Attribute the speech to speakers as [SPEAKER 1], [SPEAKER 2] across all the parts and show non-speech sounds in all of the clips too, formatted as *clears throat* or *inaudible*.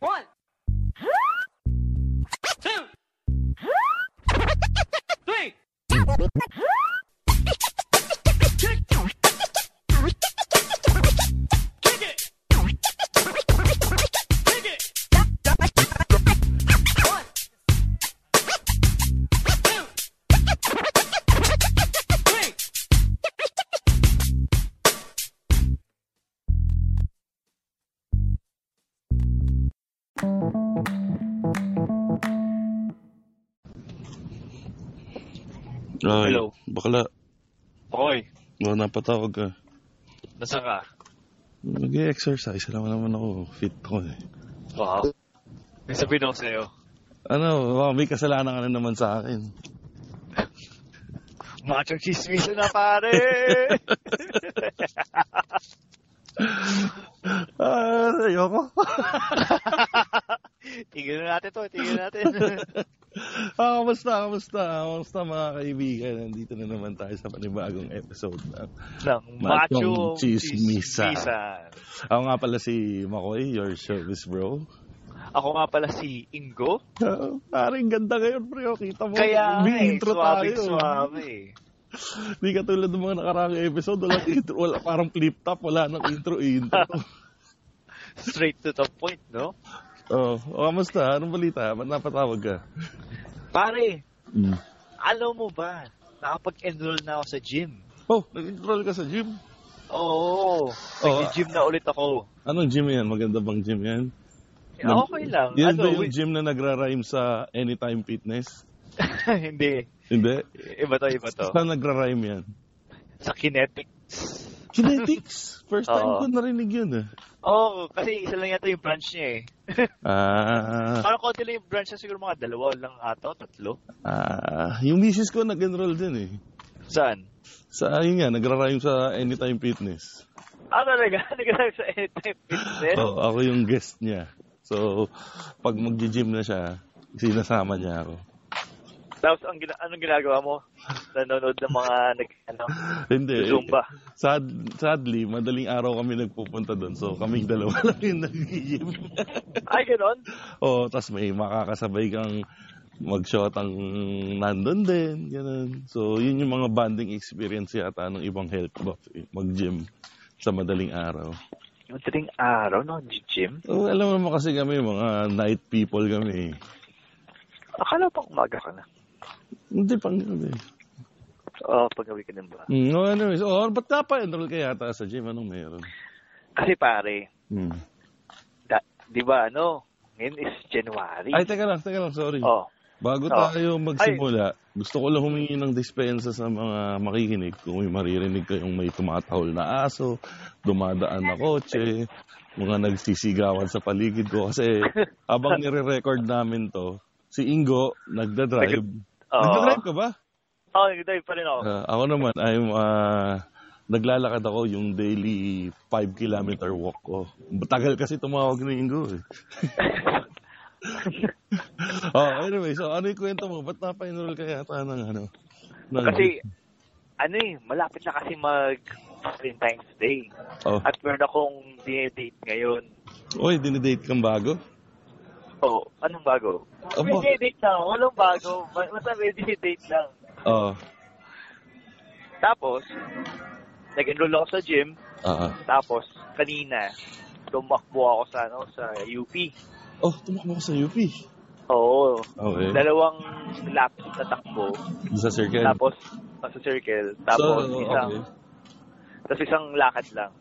[SPEAKER 1] One. Two. Three. Kick it. Kick it. One. Two. Three.
[SPEAKER 2] Ay,
[SPEAKER 3] Hello.
[SPEAKER 2] Bakla,
[SPEAKER 3] Oy,
[SPEAKER 2] wala napatawag ah. ka.
[SPEAKER 3] nasaan ka?
[SPEAKER 2] Nag-exercise, alam mo naman ako, fit ko eh.
[SPEAKER 3] Wow. May sabihin ako sa'yo.
[SPEAKER 2] Ano, baka may kasalanan ka na naman sa akin.
[SPEAKER 3] Macho chismiso na pare! *laughs*
[SPEAKER 2] Ah, ayoko. *laughs*
[SPEAKER 3] tigil na natin to, tigil na natin.
[SPEAKER 2] ah, kamusta, kamusta, kamusta mga kaibigan. Nandito na naman tayo sa panibagong episode.
[SPEAKER 3] *laughs*
[SPEAKER 2] Machong
[SPEAKER 3] Ng macho
[SPEAKER 2] chismisan.
[SPEAKER 3] chismisan.
[SPEAKER 2] Ako nga pala si Makoy, your service bro.
[SPEAKER 3] Ako nga pala si Ingo.
[SPEAKER 2] Ah, Parang ganda ngayon, pre. oh. Kita mo,
[SPEAKER 3] Kaya nga
[SPEAKER 2] may
[SPEAKER 3] eh,
[SPEAKER 2] intro
[SPEAKER 3] suwabe,
[SPEAKER 2] tayo.
[SPEAKER 3] suwabe.
[SPEAKER 2] Hindi katulad ng mga nakaraang episode, walang *laughs* intro, wala, parang flip top, wala nang intro,
[SPEAKER 3] *laughs*
[SPEAKER 2] intro.
[SPEAKER 3] Straight to the point, no?
[SPEAKER 2] Oh, oh, kamusta? Anong balita? Ba't napatawag ka?
[SPEAKER 3] Pare,
[SPEAKER 2] Mm.
[SPEAKER 3] alam mo ba, nakapag-enroll na ako sa gym.
[SPEAKER 2] Oh, nag-enroll ka sa gym.
[SPEAKER 3] Oo, nag-gym na ulit ako.
[SPEAKER 2] Anong gym yan? Maganda bang gym yan? Nam-
[SPEAKER 3] Okay lang.
[SPEAKER 2] Yan ba
[SPEAKER 3] ano,
[SPEAKER 2] yung
[SPEAKER 3] wait-
[SPEAKER 2] gym na nagra-rhyme sa Anytime Fitness?
[SPEAKER 3] *laughs* hindi.
[SPEAKER 2] Hindi.
[SPEAKER 3] Iba to, iba to.
[SPEAKER 2] Saan nagra-rhyme yan?
[SPEAKER 3] Sa kinetics.
[SPEAKER 2] Kinetics! First time
[SPEAKER 3] Oo.
[SPEAKER 2] ko narinig yun eh.
[SPEAKER 3] Oo, oh, kasi isa lang yata yung branch *laughs* niya eh.
[SPEAKER 2] Ah,
[SPEAKER 3] Parang konti lang yung branch niya, siguro mga dalawa lang ato, tatlo.
[SPEAKER 2] ah, yung misis ko nag-enroll din eh.
[SPEAKER 3] Saan?
[SPEAKER 2] Sa, yun nga, nagra-rhyme sa Anytime Fitness.
[SPEAKER 3] Ah, talaga? *laughs* Nagkasabi sa anytime fitness?
[SPEAKER 2] Oh, ako yung guest niya. So, pag mag-gym na siya, sinasama niya ako.
[SPEAKER 3] Tapos, ang gina- anong ginagawa mo? Nanonood ng *laughs* mga, nag, ano,
[SPEAKER 2] Hindi. eh,
[SPEAKER 3] Zumba.
[SPEAKER 2] Sad, sadly, madaling araw kami nagpupunta doon. So, kaming dalawa *laughs* lang yung nag-gym.
[SPEAKER 3] Ay, ganon?
[SPEAKER 2] oh, tas may makakasabay kang mag-shot ang nandun din. Ganun. So, yun yung mga bonding experience yata ng ibang health buff. eh, Mag-gym sa madaling araw.
[SPEAKER 3] Madaling araw, no? Gym?
[SPEAKER 2] So, alam mo kasi kami, mga night people kami. eh.
[SPEAKER 3] Akala pang umaga ka na.
[SPEAKER 2] Hindi pang gabi.
[SPEAKER 3] Oo, oh, pag-awi ka din ba?
[SPEAKER 2] Mm, no, anyways. Oh, ba't ka pa enroll ka yata sa gym? Anong meron?
[SPEAKER 3] Kasi pare,
[SPEAKER 2] Hmm.
[SPEAKER 3] da- di ba, ano, ngayon is January.
[SPEAKER 2] Ay, teka lang, teka lang. Sorry.
[SPEAKER 3] Oo.
[SPEAKER 2] Bago
[SPEAKER 3] Oo.
[SPEAKER 2] tayo magsimula, gusto ko lang humingi ng dispensa sa mga makikinig. Kung may maririnig kayong may tumatahol na aso, dumadaan na kotse, mga nagsisigawan sa paligid ko.
[SPEAKER 3] *laughs*
[SPEAKER 2] Kasi habang nire-record namin to, si Ingo nagdadrive.
[SPEAKER 3] Oo.
[SPEAKER 2] Nagdadrive ka ba?
[SPEAKER 3] Oo, nag-dive pa rin ako.
[SPEAKER 2] Ah, ako naman, I'm, ah, naglalakad ako yung daily 5 kilometer walk ko. Tagal kasi tumawag ni Ingo eh. *laughs* oh, anyway, so ano yung kwento mo? Ba't napa-enroll ka yata ng ano? ng-
[SPEAKER 3] *laughs* Kasi, ano eh, malapit na kasi mag Valentine's Day.
[SPEAKER 2] oh. *laughs*
[SPEAKER 3] At meron akong dinidate ngayon.
[SPEAKER 2] Uy, dinidate kang bago?
[SPEAKER 3] Oh, anong bago?
[SPEAKER 2] Aba.
[SPEAKER 3] May dinidate na ako. Walang bago. Ma- Basta may dinidate lang.
[SPEAKER 2] Oo.
[SPEAKER 3] Tapos, nag-enroll ako sa gym.
[SPEAKER 2] Ah.
[SPEAKER 3] Tapos, kanina, tumakbo ako sa, ano, sa UP.
[SPEAKER 2] oh, tumakbo ka sa UP.
[SPEAKER 3] Oo.
[SPEAKER 2] Okay.
[SPEAKER 3] Dalawang laps na takbo.
[SPEAKER 2] Sa circle.
[SPEAKER 3] Tapos, ah, sa circle. Tapos,
[SPEAKER 2] so,
[SPEAKER 3] isang,
[SPEAKER 2] okay.
[SPEAKER 3] tapos isang lakad lang.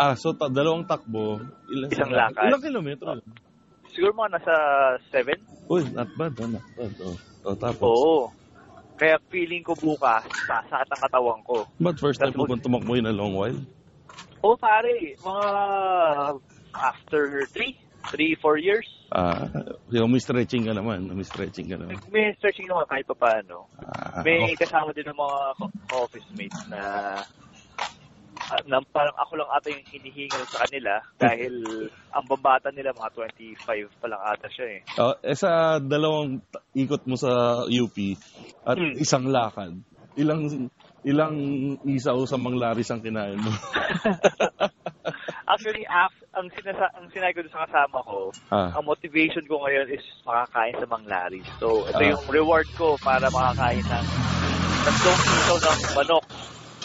[SPEAKER 2] Ah, so ta- dalawang takbo. Ilang,
[SPEAKER 3] Isang lakad.
[SPEAKER 2] Ilang kilometro? yun?
[SPEAKER 3] Siguro mga nasa 7
[SPEAKER 2] Uy, not bad. ah, Not bad. Oh. Oh, tapos.
[SPEAKER 3] Oo. Kaya feeling ko bukas, sasakit ang katawan ko.
[SPEAKER 2] But first time
[SPEAKER 3] Tapos-
[SPEAKER 2] mo bang tumakbo yun a long while?
[SPEAKER 3] Oo, Oh, pare. Mga after 3, 3, 4 years.
[SPEAKER 2] Ah, kaya may stretching ka naman, may stretching ka naman.
[SPEAKER 3] May stretching naman kahit pa paano.
[SPEAKER 2] Ah,
[SPEAKER 3] May
[SPEAKER 2] okay.
[SPEAKER 3] kasama din ng mga co- office mates na, ah, na parang ako lang ata yung hinihingal sa kanila
[SPEAKER 2] *laughs*
[SPEAKER 3] dahil ang babata nila mga 25 pa lang ata siya eh.
[SPEAKER 2] Ah, eh, sa dalawang ta- ikot mo sa UP at
[SPEAKER 3] Hmm.
[SPEAKER 2] isang lakad, ilang ilang isaw sa manglaris ang kinain
[SPEAKER 3] *laughs*
[SPEAKER 2] mo?
[SPEAKER 3] Actually, af, ang, sinasa, ang sinabi ko dun sa kasama ko,
[SPEAKER 2] Ah.
[SPEAKER 3] ang motivation ko ngayon is makakain sa Manglaris. So, ito
[SPEAKER 2] Ah.
[SPEAKER 3] yung reward ko para makakain ng tatlong piso ng manok,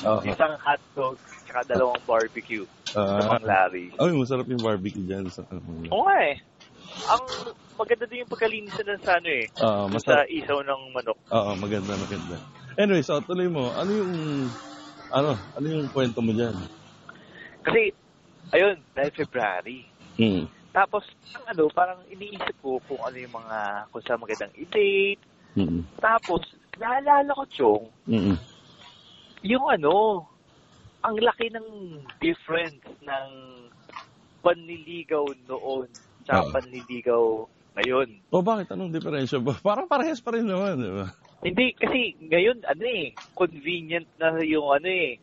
[SPEAKER 2] Oo.
[SPEAKER 3] isang hotdog, tsaka dalawang barbecue sa
[SPEAKER 2] Ah,
[SPEAKER 3] Manglaris.
[SPEAKER 2] ay, masarap yung barbecue dyan. Sa, ah,
[SPEAKER 3] Oo nga eh. Ang maganda din yung pagkalinisan ng sa ano eh.
[SPEAKER 2] Ah,
[SPEAKER 3] dun
[SPEAKER 2] masarap.
[SPEAKER 3] Sa isaw ng manok.
[SPEAKER 2] Oo, maganda, maganda. Anyway, so tuloy mo, ano yung, ano, ano yung kwento mo dyan?
[SPEAKER 3] Kasi, ayun, dahil February.
[SPEAKER 2] Hmm.
[SPEAKER 3] Tapos, ang ano, parang iniisip ko kung ano yung mga, kung saan magandang i-date. Hmm.
[SPEAKER 2] Mm-mm.
[SPEAKER 3] Tapos, naalala ko, Chong,
[SPEAKER 2] Mm-mm.
[SPEAKER 3] yung ano, ang laki ng difference ng panliligaw noon sa
[SPEAKER 2] Oo.
[SPEAKER 3] panliligaw ngayon.
[SPEAKER 2] O Oh, bakit? Anong diferensya ba? *laughs* Parang parehas pa rin naman, di ba?
[SPEAKER 3] Hindi, kasi ngayon, ano eh, convenient na yung ano eh,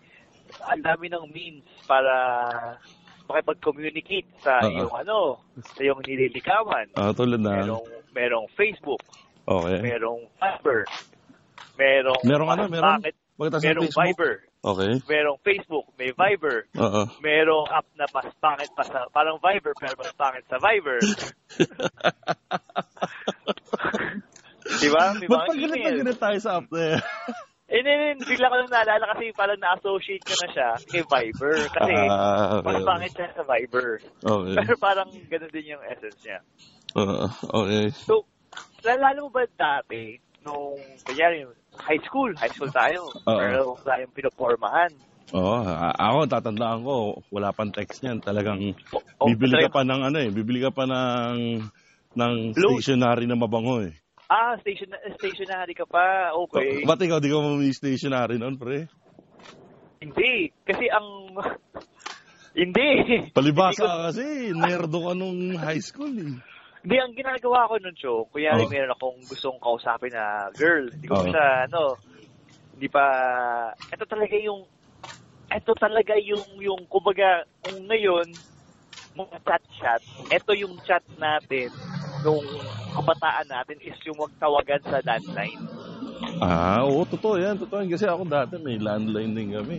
[SPEAKER 3] ang dami ng means para makipag-communicate sa
[SPEAKER 2] Oo.
[SPEAKER 3] yung ano, sa yung nililikawan.
[SPEAKER 2] Ah, tulad na.
[SPEAKER 3] Merong, merong Facebook,
[SPEAKER 2] Okay.
[SPEAKER 3] merong Viber, merong,
[SPEAKER 2] Merong ano, meron?
[SPEAKER 3] Bakit?
[SPEAKER 2] Pagkatapos ng
[SPEAKER 3] merong
[SPEAKER 2] Facebook?
[SPEAKER 3] Viber,
[SPEAKER 2] Okay.
[SPEAKER 3] merong Facebook, may Viber,
[SPEAKER 2] Oo.
[SPEAKER 3] merong app na mas pangit pa sa, parang Viber, pero mas pangit sa
[SPEAKER 2] *laughs*
[SPEAKER 3] Viber. *laughs* Di ba? May
[SPEAKER 2] Ba't
[SPEAKER 3] mga
[SPEAKER 2] pag ganit na
[SPEAKER 3] email.
[SPEAKER 2] ganit tayo sa app na yan?
[SPEAKER 3] Eh, then, bigla ko lang naalala kasi parang na-associate ko na siya kay Viber. Kasi,
[SPEAKER 2] Ah, okay.
[SPEAKER 3] mas pangit siya sa Viber.
[SPEAKER 2] Okay.
[SPEAKER 3] Pero parang ganun din yung essence niya.
[SPEAKER 2] Oo, okay.
[SPEAKER 3] So, lalalo mo ba dati, nung, kanyari, high school, high school tayo,
[SPEAKER 2] Oo.
[SPEAKER 3] pero tayong pinopormahan.
[SPEAKER 2] Oo, a- ako tatandaan ko, wala pang text niyan. Talagang
[SPEAKER 3] oh,
[SPEAKER 2] bibili ka
[SPEAKER 3] talaga-
[SPEAKER 2] pa ng ano eh, bibili ka pa ng ng
[SPEAKER 3] Load.
[SPEAKER 2] stationery na mabango eh.
[SPEAKER 3] Ah, station, stationary ka pa, okay.
[SPEAKER 2] Ba't ikaw di ka mamili stationery noon, pre?
[SPEAKER 3] Hindi. Kasi ang... *laughs* Hindi. Hindi, ko-
[SPEAKER 2] Palibasa kasi, nerdo ka nung high school eh.
[SPEAKER 3] hindi, ang ginagawa ko nun, Cho, kunyari
[SPEAKER 2] Oo.
[SPEAKER 3] meron akong gustong kausapin na girl. Hindi ko
[SPEAKER 2] Oo.
[SPEAKER 3] sa, ano, hindi pa... Ito talaga yung... Ito talaga yung, yung, kumbaga, kung ngayon, mga chat-chat, ito yung chat natin nung kabataan natin is yung magtawagan sa landline.
[SPEAKER 2] Ah, oo, totoo yan, totoo yan. Kasi ako dati may landline din kami.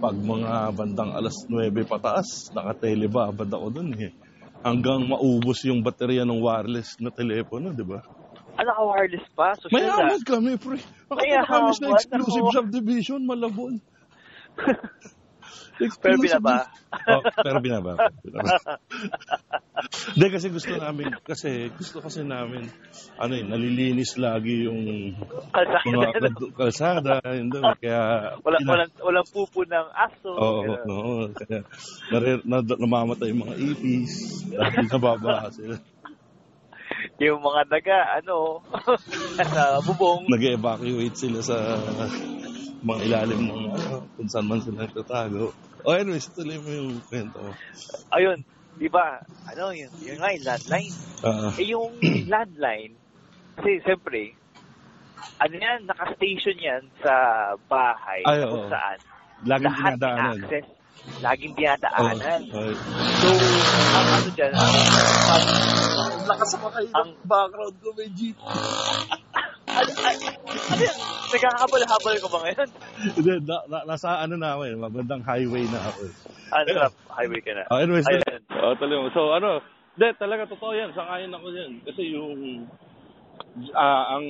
[SPEAKER 2] Pag mga bandang alas 9 pataas, naka-telebabad ako dun eh. Hanggang maubos yung baterya ng wireless na telepono, di ba?
[SPEAKER 3] Ah, naka-wireless pa? So,
[SPEAKER 2] May
[SPEAKER 3] sure na.
[SPEAKER 2] amad kami, pre.
[SPEAKER 3] May
[SPEAKER 2] Makapunta
[SPEAKER 3] ano?
[SPEAKER 2] kami sa
[SPEAKER 3] amad,
[SPEAKER 2] exclusive
[SPEAKER 3] ako.
[SPEAKER 2] subdivision, Malabon. Exclusive
[SPEAKER 3] *laughs* Pero binaba.
[SPEAKER 2] oh, pero binaba. Binaba. *laughs* Hindi kasi gusto namin, kasi gusto kasi namin, ano eh, nalilinis lagi yung mga
[SPEAKER 3] *laughs* Kalsada.
[SPEAKER 2] kad- kalsada, yun doon. Kaya,
[SPEAKER 3] Wala,
[SPEAKER 2] pina-
[SPEAKER 3] walang, walang pupo ng aso.
[SPEAKER 2] Oo,
[SPEAKER 3] Ganun.
[SPEAKER 2] oo, kaya nare, na, namamatay yung mga ipis, dahil
[SPEAKER 3] *laughs*
[SPEAKER 2] nababa sila.
[SPEAKER 3] Yung mga daga, ano, *laughs* sa bubong.
[SPEAKER 2] nag-evacuate sila sa mga ilalim ng ano, kung saan man sila nagtatago. O oh, anyways, tuloy mo yung kwento mo.
[SPEAKER 3] Ayun, di ba? Ano, yun, yun nga, yung landline.
[SPEAKER 2] Ah,
[SPEAKER 3] Eh,
[SPEAKER 2] *clears throat*
[SPEAKER 3] yung landline, kasi siyempre, ano yan, nakastation yan sa bahay
[SPEAKER 2] Ay,
[SPEAKER 3] kung
[SPEAKER 2] oo.
[SPEAKER 3] saan.
[SPEAKER 2] laging
[SPEAKER 3] Lahat may
[SPEAKER 2] dinadaanan. Oh,
[SPEAKER 3] access. Laging
[SPEAKER 2] Oo,
[SPEAKER 3] dinadaanan.
[SPEAKER 2] oo.
[SPEAKER 3] So, ang ano dyan, ang,
[SPEAKER 2] Lakas ang makain
[SPEAKER 3] ang
[SPEAKER 2] background ko may jeep.
[SPEAKER 3] ano, ano, ano yan? Nagkakabal-habal ko ba ngayon?
[SPEAKER 2] Hindi, na, na, nasa ano na ako eh, magandang highway na ako eh.
[SPEAKER 3] Ano, yeah. highway ka na.
[SPEAKER 2] Ah, anyways,
[SPEAKER 3] Ayun.
[SPEAKER 2] ah, tuloy mo. So ano, hindi, talaga totoo yan, sangayin ako yan. Kasi yung, ah, ang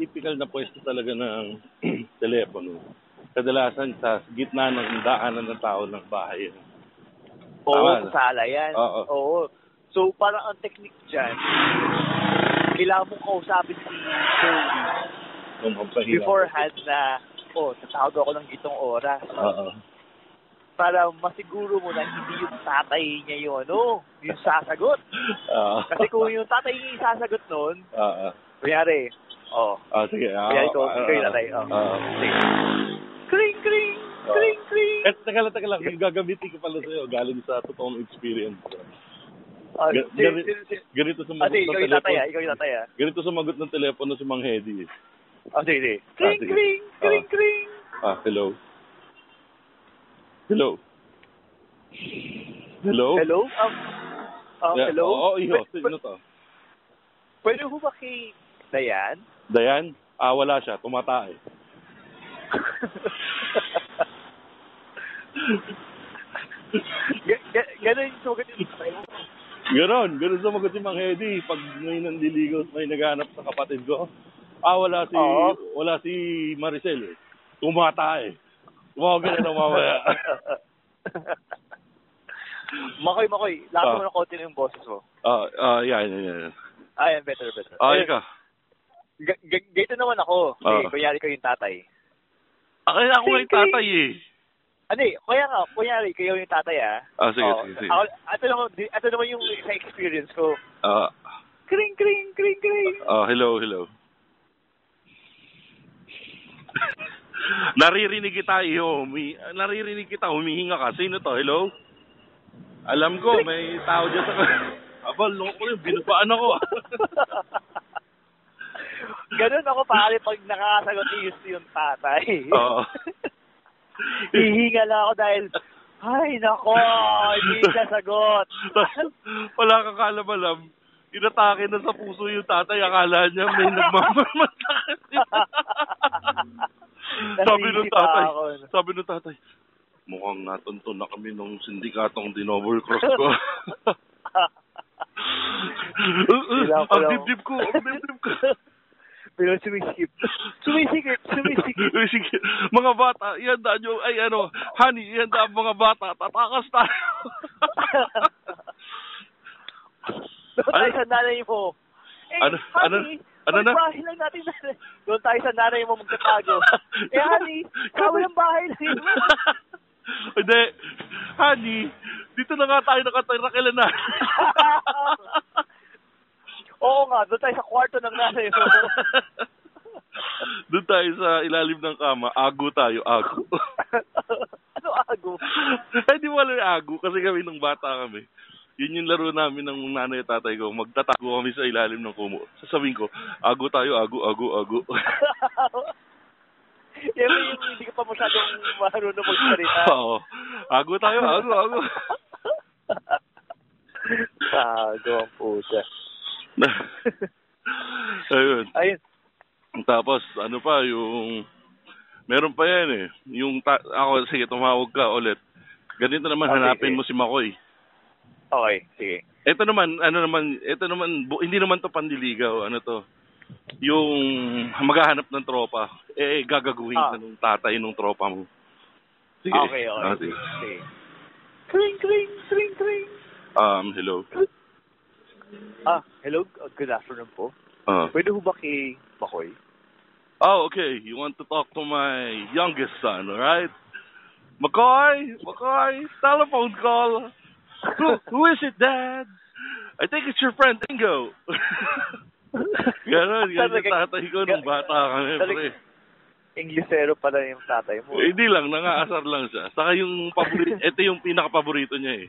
[SPEAKER 2] typical na pwesto talaga ng *clears throat* telepono, kadalasan sa gitna ng daanan ng tao ng bahay.
[SPEAKER 3] Oo,
[SPEAKER 2] Tama.
[SPEAKER 3] sasala yan.
[SPEAKER 2] Oo.
[SPEAKER 3] Oo. So, parang ang technique dyan, kailangan mong kausapin si Joey
[SPEAKER 2] Nung pagpahila.
[SPEAKER 3] beforehand na, oh, tatawag ako ng gitong oras.
[SPEAKER 2] Oo.
[SPEAKER 3] Para masiguro mo na hindi yung tatay niya yung ano, yung sasagot.
[SPEAKER 2] Oo.
[SPEAKER 3] Kasi kung yung tatay niya yung sasagot nun,
[SPEAKER 2] Oo.
[SPEAKER 3] kunyari, oh,
[SPEAKER 2] Ah, sige. Ah,
[SPEAKER 3] kunyari ko,
[SPEAKER 2] ah,
[SPEAKER 3] ikaw yung tatay, oh.
[SPEAKER 2] ah.
[SPEAKER 3] Sige. Kring, kring! Kling, kling.
[SPEAKER 2] Eh, teka lang, teka lang. Yung gagamitin ko pala sa'yo, galing sa totoong experience.
[SPEAKER 3] Ah,
[SPEAKER 2] Ga-
[SPEAKER 3] si-
[SPEAKER 2] gani-
[SPEAKER 3] si- si-
[SPEAKER 2] ganito sumagot ng
[SPEAKER 3] Ate, Ah, ikaw yung
[SPEAKER 2] telepono.
[SPEAKER 3] tataya. Ikaw yung ah. tataya.
[SPEAKER 2] Ganito sumagot ng telepono si Mang Hedy. eh.
[SPEAKER 3] Ah, sige, sige.
[SPEAKER 2] Ah,
[SPEAKER 3] Kling,
[SPEAKER 2] sige.
[SPEAKER 3] kling,
[SPEAKER 2] Ah.
[SPEAKER 3] kling, kling.
[SPEAKER 2] Ah, hello. Hello. Hello?
[SPEAKER 3] Hello? Um, ah,
[SPEAKER 2] Yeah,
[SPEAKER 3] hello?
[SPEAKER 2] Oo, iho.
[SPEAKER 3] Pwe-
[SPEAKER 2] Sino to?
[SPEAKER 3] Pwede ho ba kay Dayan?
[SPEAKER 2] Dayan? Ah, wala siya. Tumatay.
[SPEAKER 3] Ga- ga- Ganun yung sumagot yung tatay mo.
[SPEAKER 2] Ganon. Ganon sumagot si Mang Hedy. Pag may nanliligaw, may naghanap sa kapatid ko. Ah, wala si,
[SPEAKER 3] Oo.
[SPEAKER 2] wala si Maricel. eh. Tumatay. Tumawag ka na lang mamaya.
[SPEAKER 3] Makoy, makoy. Lakas
[SPEAKER 2] Ah.
[SPEAKER 3] mo ng konti ng boses mo.
[SPEAKER 2] Ah, ah, yan, yan, yan.
[SPEAKER 3] Ayan, better, better.
[SPEAKER 2] Ah,
[SPEAKER 3] Ayun.
[SPEAKER 2] ikaw.
[SPEAKER 3] Ga- ga- Ganito naman ako.
[SPEAKER 2] Ah.
[SPEAKER 3] Sige, kunyari ko yung tatay.
[SPEAKER 2] Akala ko
[SPEAKER 3] Kling,
[SPEAKER 2] yung tatay eh.
[SPEAKER 3] Ano eh, kaya nga, kunyari, kayo yung tatay ah.
[SPEAKER 2] Ah, sige,
[SPEAKER 3] Oo.
[SPEAKER 2] sige, sige.
[SPEAKER 3] Ako, ito, naman, ito naman yung sa experience ko.
[SPEAKER 2] Ah,
[SPEAKER 3] Kring, kring, kring, kring. *laughs*
[SPEAKER 2] ah, hello, hello. *laughs* Naririnig kita, iho. Humi- naririnig kita, humihinga ka. Sino to? Hello? Alam ko, may tao dyan sa... *laughs* Abal, loko yun. Binabaan ako. *laughs* ah.
[SPEAKER 3] Ganun ako pare pag nakakasagot ni Yusto yung tatay.
[SPEAKER 2] Oo.
[SPEAKER 3] *laughs*
[SPEAKER 2] *laughs*
[SPEAKER 3] Hihinga lang ako dahil, ay nako, hindi siya sagot.
[SPEAKER 2] Wala kang kalabalam. Inatake na sa puso yung tatay. Akala niya may nagmamamatake. sabi ng
[SPEAKER 3] Nasisipa
[SPEAKER 2] tatay,
[SPEAKER 3] ako. ano?
[SPEAKER 2] sabi ng tatay, mukhang natunto na kami nung sindikatong dinovercross *laughs* ko.
[SPEAKER 3] Sila ko
[SPEAKER 2] ang
[SPEAKER 3] lang.
[SPEAKER 2] dibdib ko, ang dibdib ko.
[SPEAKER 3] *laughs* Pero sumisikip. Sumisikip, sumisikip.
[SPEAKER 2] Uy, Sige, mga bata, ihanda nyo, ay ano, honey, ihanda ang mga bata, tatakas tayo.
[SPEAKER 3] Doon tayo sa nanay mo. Eh,
[SPEAKER 2] Ano- ano-
[SPEAKER 3] honey,
[SPEAKER 2] ano na?
[SPEAKER 3] bahay lang natin nanay. Doon tayo sa nanay mo magtatago. eh, honey, kawal ang bahay lang.
[SPEAKER 2] *laughs* Hindi, honey, dito na nga tayo nakatira kailan na.
[SPEAKER 3] Oo nga, doon tayo sa kwarto ng nanay mo. *laughs*
[SPEAKER 2] *laughs* Doon tayo sa ilalim ng kama, ago tayo,
[SPEAKER 3] *laughs*
[SPEAKER 2] ago.
[SPEAKER 3] ano ago?
[SPEAKER 2] Eh di wala yung ago kasi kami nung bata kami. Yun yung laro namin ng nanay at tatay ko. Magtatago kami sa ilalim ng kumo. Sasabihin ko, ago tayo, ago, ago, ago.
[SPEAKER 3] Yan ba Eh, yung hindi ka pa masyadong marunong magsalita.
[SPEAKER 2] *laughs* Oo. Ago tayo, ago, ago.
[SPEAKER 3] Tago ang puta.
[SPEAKER 2] *laughs* Ayun.
[SPEAKER 3] Ayun.
[SPEAKER 2] Tapos, ano pa, yung... Meron pa yan eh. Yung ta- ako, sige, tumawag ka ulit. Ganito naman,
[SPEAKER 3] Ah,
[SPEAKER 2] hanapin
[SPEAKER 3] sige.
[SPEAKER 2] mo si Makoy.
[SPEAKER 3] Okay, sige.
[SPEAKER 2] Ito naman, ano naman, ito naman, bu- hindi naman to pandiligaw, ano to. Yung maghahanap ng tropa, eh, gagaguhin ka
[SPEAKER 3] Ah.
[SPEAKER 2] nung tatay nung tropa mo. Sige.
[SPEAKER 3] Okay, okay.
[SPEAKER 2] Ah, sige.
[SPEAKER 3] Sige. Kring, kring, kring, kring.
[SPEAKER 2] Um, hello.
[SPEAKER 3] Ah, hello. Uh, Good afternoon po.
[SPEAKER 2] Ah.
[SPEAKER 3] Pwede ho ba kay Bakoy?
[SPEAKER 2] Oh, okay. You want to talk to my youngest son, all right? McCoy, McCoy, telephone call. Who, who is it, Dad? I think it's your friend Dingo. *laughs* *laughs* Ganon, ganon yung tatay ko nung bata kami, pre.
[SPEAKER 3] Talaga- Inglesero pala yung tatay mo.
[SPEAKER 2] Hindi Eh, lang, nangaasar lang siya. Saka yung paborito,
[SPEAKER 3] *laughs*
[SPEAKER 2] ito yung pinaka-paborito niya eh.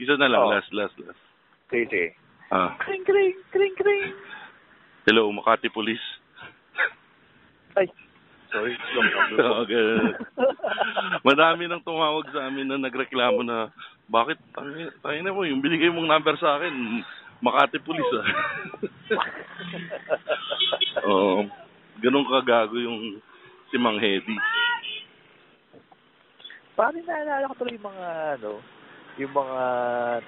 [SPEAKER 2] Isa na lang,
[SPEAKER 3] Oh.
[SPEAKER 2] last, last, last.
[SPEAKER 3] Sige, sige.
[SPEAKER 2] Ah,
[SPEAKER 3] Kring, kring, kring, kring.
[SPEAKER 2] hello, Makati Police.
[SPEAKER 3] Ay, sorry. Long number po.
[SPEAKER 2] *laughs* okay. Madami nang tumawag sa amin na nagreklamo na bakit tayo, tayo na mo yung binigay mong number sa akin Makati Police
[SPEAKER 3] *laughs*
[SPEAKER 2] ah. Oo. ganun kagago yung si Mang Hedy.
[SPEAKER 3] Parang naalala ko tuloy yung mga, ano, yung mga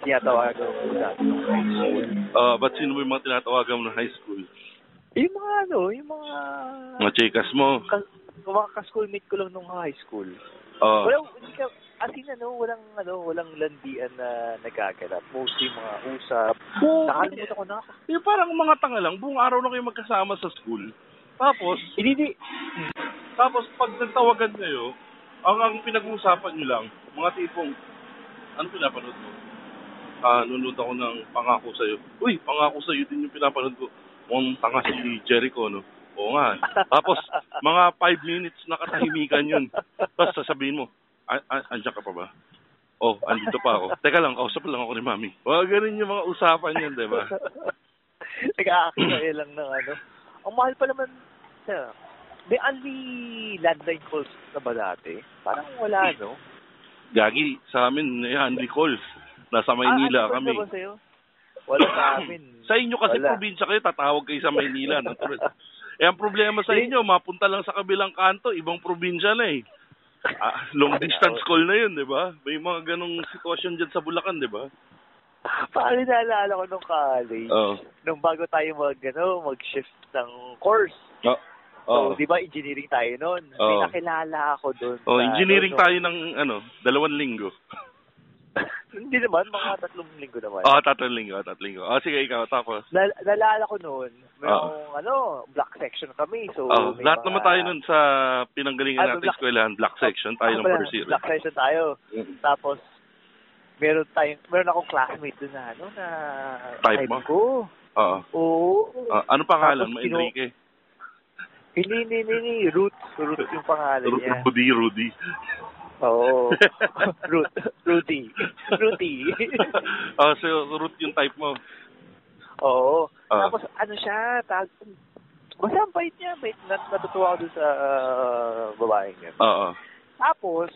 [SPEAKER 3] tinatawagan ko dati nung high school.
[SPEAKER 2] Ah, ba't sino mo yung mga tinatawagan mo ng high school?
[SPEAKER 3] Yung mga, ano, yung mga,
[SPEAKER 2] Mga chikas mo?
[SPEAKER 3] ka, mga ka-schoolmate ko lang nung high school.
[SPEAKER 2] Oo.
[SPEAKER 3] Walang, hindi ka, as in, ano, walang, ano, walang landian na nagkakalap. Mostly mga usap.
[SPEAKER 2] Oo.
[SPEAKER 3] Nakalimutan ko na ako.
[SPEAKER 2] Yung parang mga tanga lang, buong araw na kayo magkasama sa school. Tapos,
[SPEAKER 3] Hindi, hindi.
[SPEAKER 2] tapos pag nagtawagan kayo, ang, ang pinag-uusapan nyo lang, mga tipong, ano pinapanood mo? Ah, nunod ako ng pangako sa'yo. Uy, pangako sa'yo din yung pinapanood ko. Mukhang tanga si Jericho, no? Oo nga. eh. Tapos, mga five minutes na katahimikan yun. Tapos sasabihin mo, "A- a- andiyan ka pa ba? Oh, andito pa ako. Teka lang, kausap lang ako ni Mami. Wag ganun yung mga usapan yun, di ba?
[SPEAKER 3] *laughs* Nag-aakala lang ng ano. Ang mahal pa naman sa... May only landline calls na ba dati? Parang wala, no?
[SPEAKER 2] Gagi, sa amin, yan, recalls. Nasa Maynila
[SPEAKER 3] ano
[SPEAKER 2] kami.
[SPEAKER 3] ba sa'yo? Wala
[SPEAKER 2] *clears throat*
[SPEAKER 3] sa amin.
[SPEAKER 2] Sa inyo kasi
[SPEAKER 3] Wala.
[SPEAKER 2] probinsya kayo, tatawag kayo sa Maynila.
[SPEAKER 3] *laughs*
[SPEAKER 2] natural. eh, ang problema sa
[SPEAKER 3] Eh.
[SPEAKER 2] inyo, mapunta lang sa kabilang kanto, ibang probinsya na eh. Ah, long distance
[SPEAKER 3] oh.
[SPEAKER 2] call na yun, di ba? May mga ganong sitwasyon dyan sa Bulacan, di ba?
[SPEAKER 3] *laughs* Parang naalala ko nung college,
[SPEAKER 2] Oo.
[SPEAKER 3] nung bago tayo mag, ano, mag-shift ng course.
[SPEAKER 2] Oo.
[SPEAKER 3] So, di ba engineering tayo noon? May
[SPEAKER 2] Oo.
[SPEAKER 3] nakilala ako doon.
[SPEAKER 2] Oh,
[SPEAKER 3] sa-
[SPEAKER 2] engineering
[SPEAKER 3] ano,
[SPEAKER 2] tayo ng ano, dalawang linggo.
[SPEAKER 3] *laughs* Hindi naman, mga tatlong linggo naman.
[SPEAKER 2] Ah, tatlong linggo, tatlong linggo. Ah, sige ikaw tapos.
[SPEAKER 3] Na, nalala ko noon,
[SPEAKER 2] Oo.
[SPEAKER 3] mayroong, ano, black section kami. So,
[SPEAKER 2] Oh,
[SPEAKER 3] may
[SPEAKER 2] Ah. lahat
[SPEAKER 3] mga-
[SPEAKER 2] naman tayo nun sa pinanggalingan
[SPEAKER 3] Ah,
[SPEAKER 2] natin
[SPEAKER 3] black-
[SPEAKER 2] eskwelahan, black section tayo
[SPEAKER 3] Ako
[SPEAKER 2] ng
[SPEAKER 3] pala,
[SPEAKER 2] first year.
[SPEAKER 3] Black section tayo.
[SPEAKER 2] Mm.
[SPEAKER 3] Tapos, meron tayong, meron akong classmate doon na, ano, na...
[SPEAKER 2] Type mo?
[SPEAKER 3] ko.
[SPEAKER 2] Oo.
[SPEAKER 3] Oo.
[SPEAKER 2] Ah, ano pangalan
[SPEAKER 3] Tapos
[SPEAKER 2] mo,
[SPEAKER 3] kinu-
[SPEAKER 2] Enrique?
[SPEAKER 3] Hindi, hindi, hindi, hindi. Roots. Roots yung pangalan
[SPEAKER 2] Ru-
[SPEAKER 3] niya.
[SPEAKER 2] Rudy, Rudy. *laughs*
[SPEAKER 3] Oo. Root. Rudy. *laughs* Rudy.
[SPEAKER 2] Ah, so root yung type mo.
[SPEAKER 3] Oo.
[SPEAKER 2] Ah.
[SPEAKER 3] Tapos, ano siya, tag... Basta ang bait niya, bait. Nat natutuwa ako doon sa ah, babaeng niya.
[SPEAKER 2] Oo.
[SPEAKER 3] Tapos,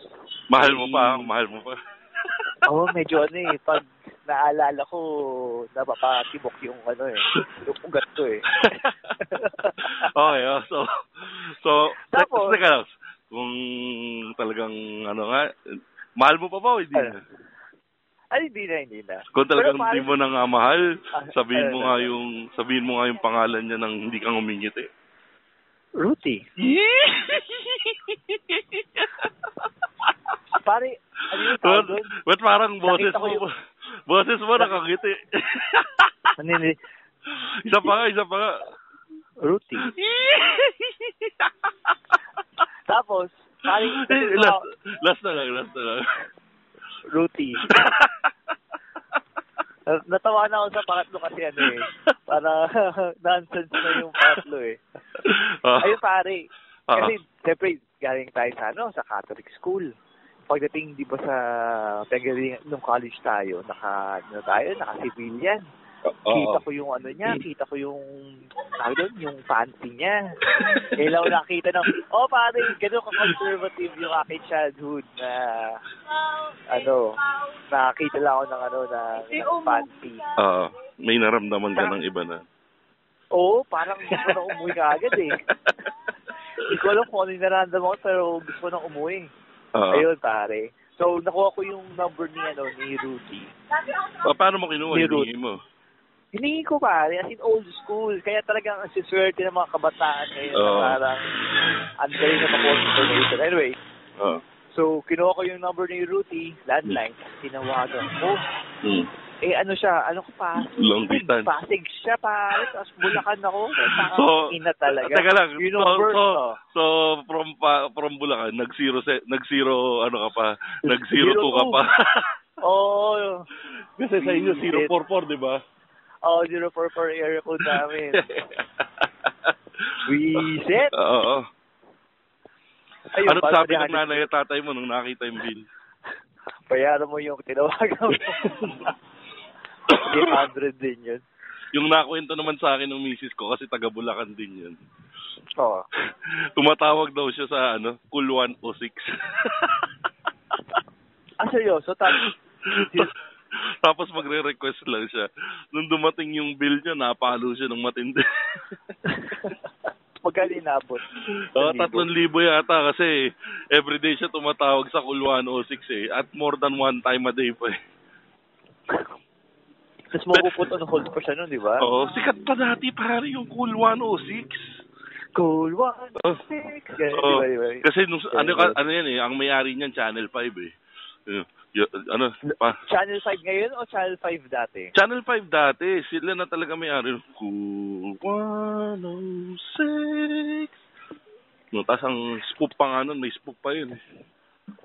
[SPEAKER 2] Mahal mo pa, ang mahal
[SPEAKER 3] *laughs*
[SPEAKER 2] mo pa.
[SPEAKER 3] Oo, medyo ano eh. Pag naalala ko, napapatibok yung ano eh. Yung ugat ko
[SPEAKER 2] *laughs*
[SPEAKER 3] eh.
[SPEAKER 2] okay, oh, so so
[SPEAKER 3] Tapos-
[SPEAKER 2] teka lang. Kung talagang ano nga, mahal mo pa ba o hindi?
[SPEAKER 3] Ano? Ay, hindi na, hindi na.
[SPEAKER 2] Kung talagang
[SPEAKER 3] Pero parang-
[SPEAKER 2] hindi mo na nga mahal,
[SPEAKER 3] Ah,
[SPEAKER 2] sabihin
[SPEAKER 3] ayun,
[SPEAKER 2] mo nga
[SPEAKER 3] ayun.
[SPEAKER 2] yung sabihin mo nga yung pangalan niya nang hindi eh. kang umingiti.
[SPEAKER 3] Ruti. Pare, ano yung tawag
[SPEAKER 2] But,
[SPEAKER 3] doon?
[SPEAKER 2] but parang boses
[SPEAKER 3] Nakita ko
[SPEAKER 2] mo,
[SPEAKER 3] yung-
[SPEAKER 2] boses mo nakangiti. *laughs*
[SPEAKER 3] Manili.
[SPEAKER 2] isa pa nga, isa pa nga. *laughs*
[SPEAKER 3] Ruti. Tapos, pare, *laughs*
[SPEAKER 2] Eh, last, last na lang, last na lang.
[SPEAKER 3] Ruti. Natawa na ako sa pangatlo kasi ano eh. Para *laughs* nonsense na yung pangatlo eh.
[SPEAKER 2] Ah,
[SPEAKER 3] Ayun pare.
[SPEAKER 2] ah,
[SPEAKER 3] Kasi, syempre, galing tayo sa, ano, sa Catholic school. Pagdating, di ba, sa pagaling nung college tayo, naka, ano tayo, naka civilian.
[SPEAKER 2] oo.
[SPEAKER 3] Kita ko yung ano niya, kita ko yung, tawag doon, yung fancy niya. Ilaw nakita ng, oh pare, ganun ka-conservative yung aking childhood na, ano, nakakita lang ako ng ano, na, ng fancy.
[SPEAKER 2] Oo. Ah, may naramdaman ka ng iba na.
[SPEAKER 3] Oo, parang gusto na umuwi ka agad
[SPEAKER 2] *laughs*
[SPEAKER 3] eh. Hindi ko alam kung ano yung nararamdaman ko, pero gusto ko na umuwi.
[SPEAKER 2] Oo.
[SPEAKER 3] Ayun, pare. So, nakuha ko yung number ni, ano, ni Rudy.
[SPEAKER 2] Ah, paano mo kinuha?
[SPEAKER 3] Ni
[SPEAKER 2] Yung
[SPEAKER 3] Ruth.
[SPEAKER 2] hinihingi mo.
[SPEAKER 3] Hiningi ko, pare. As in, old school. Kaya talagang ang siswerte ng mga kabataan ngayon. na
[SPEAKER 2] Oo.
[SPEAKER 3] Parang, ang galing na makuha ng information. Anyway,
[SPEAKER 2] Oo.
[SPEAKER 3] so, kinuha ko yung number ni Rudy, landline. Tinawagan ko.
[SPEAKER 2] Hmm.
[SPEAKER 3] Eh, ano siya? Ano ko pa?
[SPEAKER 2] Long distance.
[SPEAKER 3] Pasig siya, pare. Tapos, bulakan ako. Parang,
[SPEAKER 2] So,
[SPEAKER 3] ina Ah, talaga.
[SPEAKER 2] Oh, Teka lang.
[SPEAKER 3] Yung
[SPEAKER 2] so,
[SPEAKER 3] number,
[SPEAKER 2] so,
[SPEAKER 3] oh.
[SPEAKER 2] so, from pa, from Bulacan, nag zero se, nag zero ano ka
[SPEAKER 3] *laughs*
[SPEAKER 2] pa, nag zero
[SPEAKER 3] Zero
[SPEAKER 2] two ka
[SPEAKER 3] two.
[SPEAKER 2] pa.
[SPEAKER 3] Oo.
[SPEAKER 2] Kasi sa *laughs* inyo zero four four, 'di ba?
[SPEAKER 3] Oo, 044 area code namin. Reset.
[SPEAKER 2] *laughs* Oo.
[SPEAKER 3] Ayun,
[SPEAKER 2] Anong
[SPEAKER 3] parang
[SPEAKER 2] Ano sabi ng
[SPEAKER 3] nanay-
[SPEAKER 2] nanay at tatay mo nung nakita yung bill?
[SPEAKER 3] Bayaran mo yung tinawagan
[SPEAKER 2] *laughs*
[SPEAKER 3] mo. 800 din yun.
[SPEAKER 2] Yung nakwento naman sa akin ng misis ko kasi taga Bulacan din 'yun.
[SPEAKER 3] Oo.
[SPEAKER 2] Tumatawag daw siya sa ano, Cool
[SPEAKER 3] *laughs*
[SPEAKER 2] 106.
[SPEAKER 3] Ah, seryoso? Tapos, *laughs*
[SPEAKER 2] Tapos magre-request lang siya. Nung dumating yung bill niya, napalo siya ng
[SPEAKER 3] *laughs*
[SPEAKER 2] matindi.
[SPEAKER 3] magkano inabot?
[SPEAKER 2] Oh,
[SPEAKER 3] Isang
[SPEAKER 2] tatlong
[SPEAKER 3] libo.
[SPEAKER 2] libo yata kasi everyday siya tumatawag sa Cool 106 eh. At more than one time a day pa eh.
[SPEAKER 3] Tapos mapuput on hold pa siya nun, di ba?
[SPEAKER 2] Oo, Oh, sikat pa dati pare yung Cool 106.
[SPEAKER 3] Cool one,
[SPEAKER 2] Oh.
[SPEAKER 3] six. Ganyan, di
[SPEAKER 2] Oo.
[SPEAKER 3] ba, di ba?
[SPEAKER 2] Kasi nung,
[SPEAKER 3] Ganyan,
[SPEAKER 2] ano,
[SPEAKER 3] di ba?
[SPEAKER 2] ano yan eh, ang may-ari niyan, Channel 5 eh. Ano, y- ano, pa,
[SPEAKER 3] Channel 5 ngayon o Channel 5 dati?
[SPEAKER 2] Channel 5 dati, sila na talaga may-ari. Cool 106. oh, No, tas ang spook pa nga nun, may spook pa yun. eh.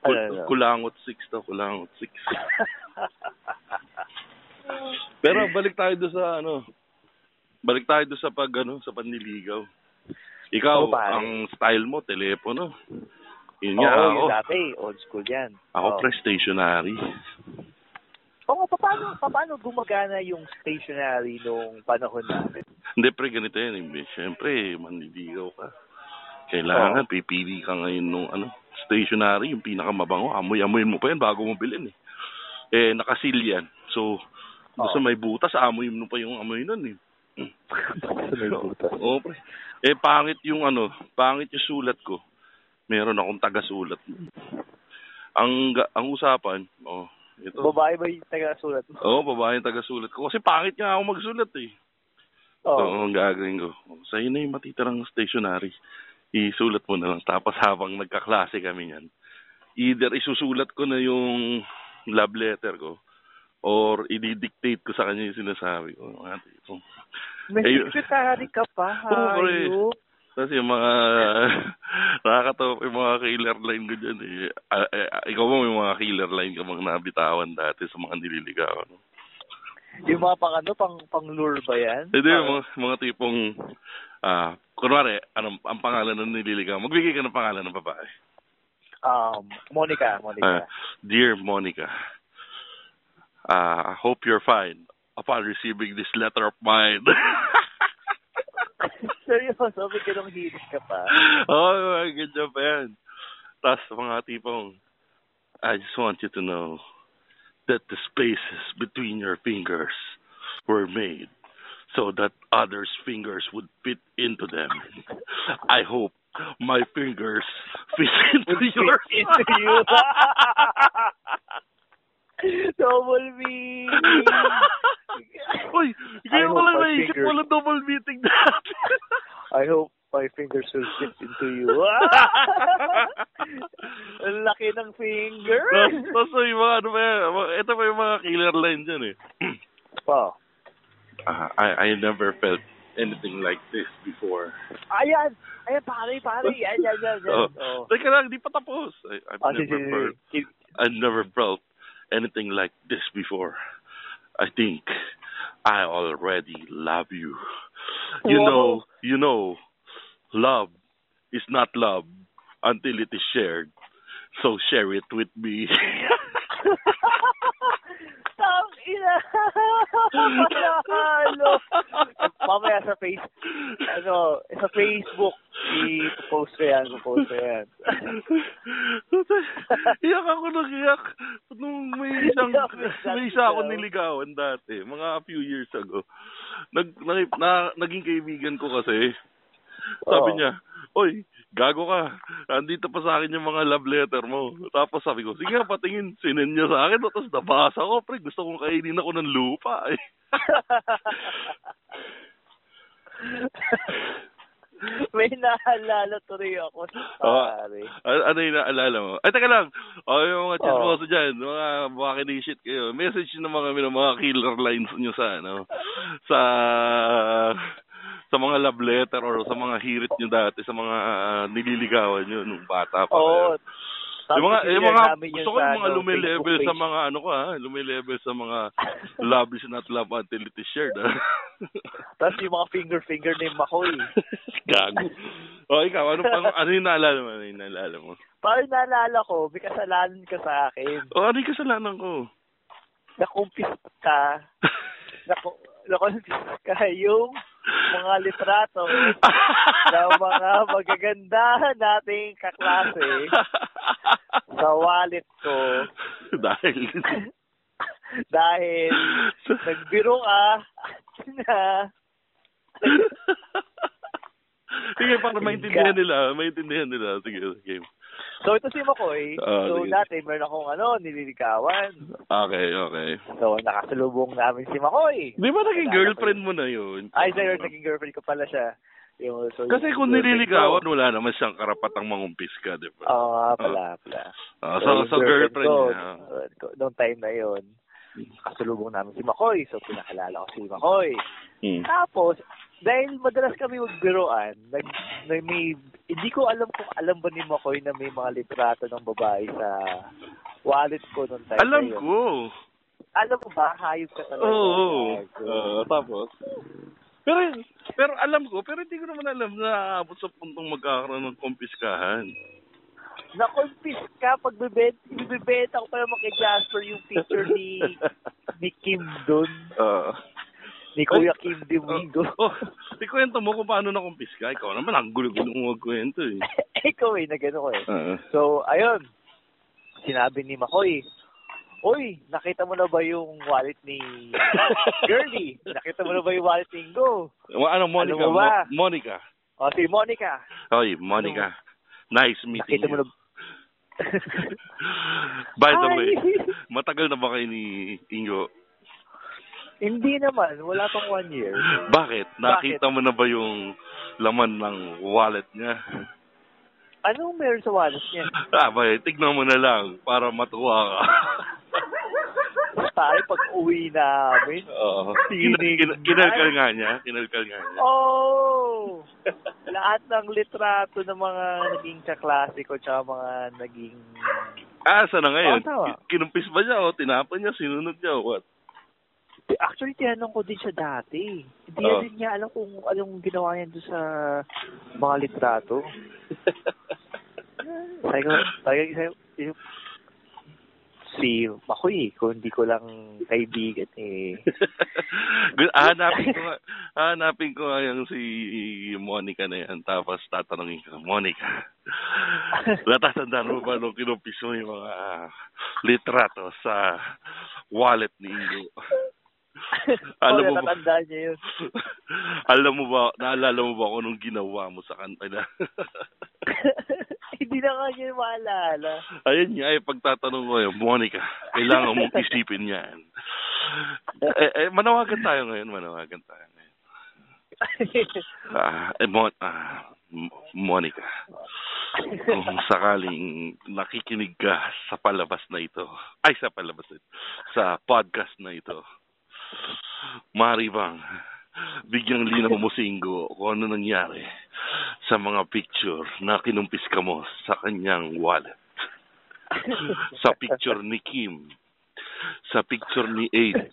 [SPEAKER 2] Kul-
[SPEAKER 3] Ano, ano?
[SPEAKER 2] kulangot 6 to, kulangot
[SPEAKER 3] *laughs*
[SPEAKER 2] 6. Pero balik tayo doon sa ano, balik tayo doon sa pag ano, sa panliligaw. Ikaw,
[SPEAKER 3] Oo, pare.
[SPEAKER 2] ang style mo, telepono. Yun
[SPEAKER 3] Oo,
[SPEAKER 2] nga,
[SPEAKER 3] oh,
[SPEAKER 2] ako,
[SPEAKER 3] yun dati. Old school yan.
[SPEAKER 2] ako
[SPEAKER 3] Oo.
[SPEAKER 2] pre stationary.
[SPEAKER 3] Oo, paano, paano gumagana yung stationery nung panahon natin?
[SPEAKER 2] *laughs* Hindi pre, ganito yan. eh. Siyempre, manliligaw ka. Kailangan, pipili ka ngayon nung ano, stationary, yung pinakamabango. Amoy-amoy mo pa yan bago mo bilhin eh. Eh, nakasil yan. So, doon sa may butas, amoy mo pa yung amoy nun eh. *laughs* Oo, pre. Eh, pangit yung ano, pangit yung sulat ko. Meron akong taga-sulat. Ang, ga- ang usapan, oh, ito.
[SPEAKER 3] Babae ba yung taga-sulat mo?
[SPEAKER 2] Oo, babae yung taga-sulat ko. Kasi pangit nga ako magsulat eh. So, ang
[SPEAKER 3] Oo.
[SPEAKER 2] gagawin ko, sa'yo na yung matitirang stationary, isulat mo na lang. Tapos habang nagkaklase kami niyan, either isusulat ko na yung love letter ko, or i-dictate ko sa kanya yung sinasabi ko. Mga tipong-
[SPEAKER 3] May
[SPEAKER 2] ayun.
[SPEAKER 3] secretary ka pa,
[SPEAKER 2] Oo, pre.
[SPEAKER 3] hayop.
[SPEAKER 2] Tapos yung mga, *laughs* nakakatawa pa yung mga killer line ko dyan eh. Ah, eh, ah, ikaw ba may mga killer line ka bang nabitawan dati sa mga nililigawan? mo?
[SPEAKER 3] Yung mga pang ano, pang, pang lure ba yan?
[SPEAKER 2] Hindi, yung Eh,
[SPEAKER 3] Parang-
[SPEAKER 2] mga, mga tipong, ah, kunwari, anong, ang pangalan ng nililigaw, magbigay ka ng pangalan ng babae.
[SPEAKER 3] Um, Monica,
[SPEAKER 2] Uh,
[SPEAKER 3] Monica.
[SPEAKER 2] dear Monica, uh, I hope you're fine upon receiving this letter of mine. *laughs*
[SPEAKER 3] Seryoso, may ganong hilig ka pa.
[SPEAKER 2] oh, good job, man. Tapos mga tipong, I just want you to know that the spaces between your fingers were made so that others' fingers would fit into them. *laughs* I hope my fingers *laughs* fit into yours.
[SPEAKER 3] Into you. Double meaning.
[SPEAKER 2] Uy,
[SPEAKER 3] I
[SPEAKER 2] ganyan
[SPEAKER 3] hope
[SPEAKER 2] pala
[SPEAKER 3] my
[SPEAKER 2] naisip
[SPEAKER 3] fingers-
[SPEAKER 2] mo lang double meeting natin. *laughs*
[SPEAKER 3] I hope my fingers will fit into you. Ang laki ng finger.
[SPEAKER 2] Tapos tapos may mga ano ba yan, mga- ito pa yung mga killer line dyan eh.
[SPEAKER 3] Pa.
[SPEAKER 2] Ah, I, I never felt anything like this before.
[SPEAKER 3] Ayan. Ayan, pare, pare. Ayan, ayan, ayan.
[SPEAKER 2] Oh.
[SPEAKER 3] ayan. Oh.
[SPEAKER 2] Teka lang, di pa tapos. I, I've,
[SPEAKER 3] Ah, sige,
[SPEAKER 2] never felt,
[SPEAKER 3] sige, sige.
[SPEAKER 2] I've never felt anything like this before. I think I already love you. You
[SPEAKER 3] Wow.
[SPEAKER 2] know, you know, love is not love until it is shared. So share it with me. *laughs*
[SPEAKER 3] Tang ina. *laughs* Panalo. Mamaya sa face, ano, sa Facebook, i-post ko yan, i-post ko
[SPEAKER 2] *laughs*
[SPEAKER 3] yan.
[SPEAKER 2] iyak ako nang iyak nung may isang
[SPEAKER 3] Iyak ng
[SPEAKER 2] may isa ako
[SPEAKER 3] niligawan.
[SPEAKER 2] niligawan dati mga few years ago nag, nag- na, naging kaibigan ko kasi sabi
[SPEAKER 3] Oo.
[SPEAKER 2] niya oy gago ka andito pa sa akin yung mga love letter mo tapos sabi ko sige patingin sinin niya sa akin tapos nabasa ko pre gusto kong kainin ako ng lupa *laughs* eh.
[SPEAKER 3] May naalala tuloy ako sa
[SPEAKER 2] Oo.
[SPEAKER 3] pare.
[SPEAKER 2] A- ano yung naalala mo? Ay, teka lang. O, yung mga
[SPEAKER 3] Oo.
[SPEAKER 2] chismoso dyan, mga mga kinishit kayo, message nyo naman kami ng mga killer lines nyo sa, ano, sa, sa mga love letter or sa mga hirit nyo dati, sa mga ah, nililigawan nyo nung bata pa.
[SPEAKER 3] Oo.
[SPEAKER 2] kayo. Yung mga, yung mga, gusto ko yung mga
[SPEAKER 3] lumilevel
[SPEAKER 2] lumilevel sa mga, ano ko ha, lumilevel sa mga love is not love until it is shared, ah. ha?
[SPEAKER 3] Tapos yung mga finger-finger ni Makoy.
[SPEAKER 2] *laughs* Gago. O, ikaw, ano, pang, ano yung naalala mo? Ano yung naalala mo?
[SPEAKER 3] Parang naalala ko, may kasalanan ka sa akin.
[SPEAKER 2] O, ano yung kasalanan ko?
[SPEAKER 3] Nakumpis ka, naku, nakumpis ka yung mga litrato ng mga magagandahan nating kaklase sa wallet ko
[SPEAKER 2] Dahil
[SPEAKER 3] dahil nagbiro ah. ka *laughs* na
[SPEAKER 2] Sige, para maintindihan nila, maintindihan nila. Sige, sige.
[SPEAKER 3] So ito si Makoy,
[SPEAKER 2] Ah,
[SPEAKER 3] so
[SPEAKER 2] sige.
[SPEAKER 3] dati meron akong ano, nililigawan.
[SPEAKER 2] Okay, okay.
[SPEAKER 3] So nakasalubong namin si Makoy.
[SPEAKER 2] Di ba naging girlfriend mo na yun?
[SPEAKER 3] Ay, sir, naging girlfriend ko pala siya. Yung, so,
[SPEAKER 2] Ah. Kasi
[SPEAKER 3] yung
[SPEAKER 2] kung
[SPEAKER 3] girlfriend
[SPEAKER 2] nililigawan,
[SPEAKER 3] ko-
[SPEAKER 2] wala naman siyang karapatang mangumpis ka, di ba?
[SPEAKER 3] Oo nga pala, pala.
[SPEAKER 2] Ah, so,
[SPEAKER 3] yung
[SPEAKER 2] so girlfriend
[SPEAKER 3] ko,
[SPEAKER 2] niya.
[SPEAKER 3] uh, ko- Noong time na yon nakasalubong namin si Makoy. So pinakalala ko si Makoy.
[SPEAKER 2] Hmm.
[SPEAKER 3] Tapos, dahil madalas kami magbiroan, nag, na may, hindi ko alam kung alam ba ni Makoy na may mga litrato ng babae sa wallet ko noong time
[SPEAKER 2] Alam
[SPEAKER 3] na yun.
[SPEAKER 2] ko.
[SPEAKER 3] Alam mo ba, hayop ka
[SPEAKER 2] Oo.
[SPEAKER 3] talaga.
[SPEAKER 2] Oh,
[SPEAKER 3] Gago.
[SPEAKER 2] tapos? Pero Pero alam ko, pero hindi ko naman alam na aabot sa puntong magkakaroon ng kumpiskahan.
[SPEAKER 3] Na-confuse ka pag bibet, ibibenta ko pala mo kay Jasper yung picture ni
[SPEAKER 2] *laughs*
[SPEAKER 3] ni Kim doon,
[SPEAKER 2] Ah.
[SPEAKER 3] ni Kuya Kim Domingo.
[SPEAKER 2] Oh, oh, ikwento mo kung paano nakumpiska. Ikaw naman, ang gulo-gulo mong magkwento eh.
[SPEAKER 3] *laughs* Ikaw eh, na gano'n ko eh.
[SPEAKER 2] Ah.
[SPEAKER 3] So, ayun. Sinabi ni Makoy, Uy, nakita mo na ba yung wallet ni Girlie? Nakita mo na ba yung wallet ni Ingo?
[SPEAKER 2] Wa- ano, Monica?
[SPEAKER 3] Alam mo ba?
[SPEAKER 2] Mo- Monica.
[SPEAKER 3] O, si Monica.
[SPEAKER 2] Oy, Monica. Nice meeting
[SPEAKER 3] Nakita
[SPEAKER 2] you.
[SPEAKER 3] mo na...
[SPEAKER 2] *laughs* By the
[SPEAKER 3] Ay!
[SPEAKER 2] way, matagal na ba kayo ni Ingo?
[SPEAKER 3] *laughs* Hindi naman. Wala pang one year.
[SPEAKER 2] Bakit? Nakita mo na ba yung laman ng wallet niya?
[SPEAKER 3] Anong meron sa wallet niya?
[SPEAKER 2] Ah, ba, tignan mo na lang para matuwa ka. *laughs*
[SPEAKER 3] Pare, pag uwi namin.
[SPEAKER 2] Oo. Kinal-
[SPEAKER 3] Tinig.
[SPEAKER 2] kinal- kinalkal nga niya. Kinalkal nga niya.
[SPEAKER 3] Oh! Lahat ng litrato ng mga naging kaklase ko tsaka mga naging...
[SPEAKER 2] Ah, saan na ngayon?
[SPEAKER 3] Oo, tama.
[SPEAKER 2] Ki- Kinumpis ba niya o tinapon niya, sinunod niya o what? *laughs*
[SPEAKER 3] Actually, tinanong ko din siya dati. Hindi
[SPEAKER 2] Oh.
[SPEAKER 3] din niya alam kung anong ginawa niya doon sa mga
[SPEAKER 2] *laughs*
[SPEAKER 3] litrato. Sabi ko, sabi ko, sabi ko, si Makoy, kung hindi ko lang kaibigan eh.
[SPEAKER 2] Gu- Hahanapin ko nga, hahanapin ko nga yung si Monica na yan. Tapos tatanungin ko, Monica, natatandaan mo ba nung kinumpis mo yung mga ah, litrato sa wallet ni Ingo? *laughs* Alam mo ba-
[SPEAKER 3] Natandaan niya yun. *laughs*
[SPEAKER 2] *laughs* Alam mo ba, naalala mo ba kung anong ginawa mo sa kanila?
[SPEAKER 3] hindi na nga niya
[SPEAKER 2] *laughs*
[SPEAKER 3] maalala.
[SPEAKER 2] *laughs* Ayun nga, eh, pagtatanong ko yun, Monica, kailangan mong isipin yan. Eh, eh, manawagan tayo ngayon, manawagan tayo ngayon. Ah, eh, Mon- ah, M- Monica, kung sakaling nakikinig ka sa palabas na ito, ay sa palabas na ito, sa podcast na ito, mari bang bigyang linaw mo si Ingo kung ano nangyari sa mga picture na kinumpis ka mo sa kanyang wallet sa picture ni Kim, sa picture ni H,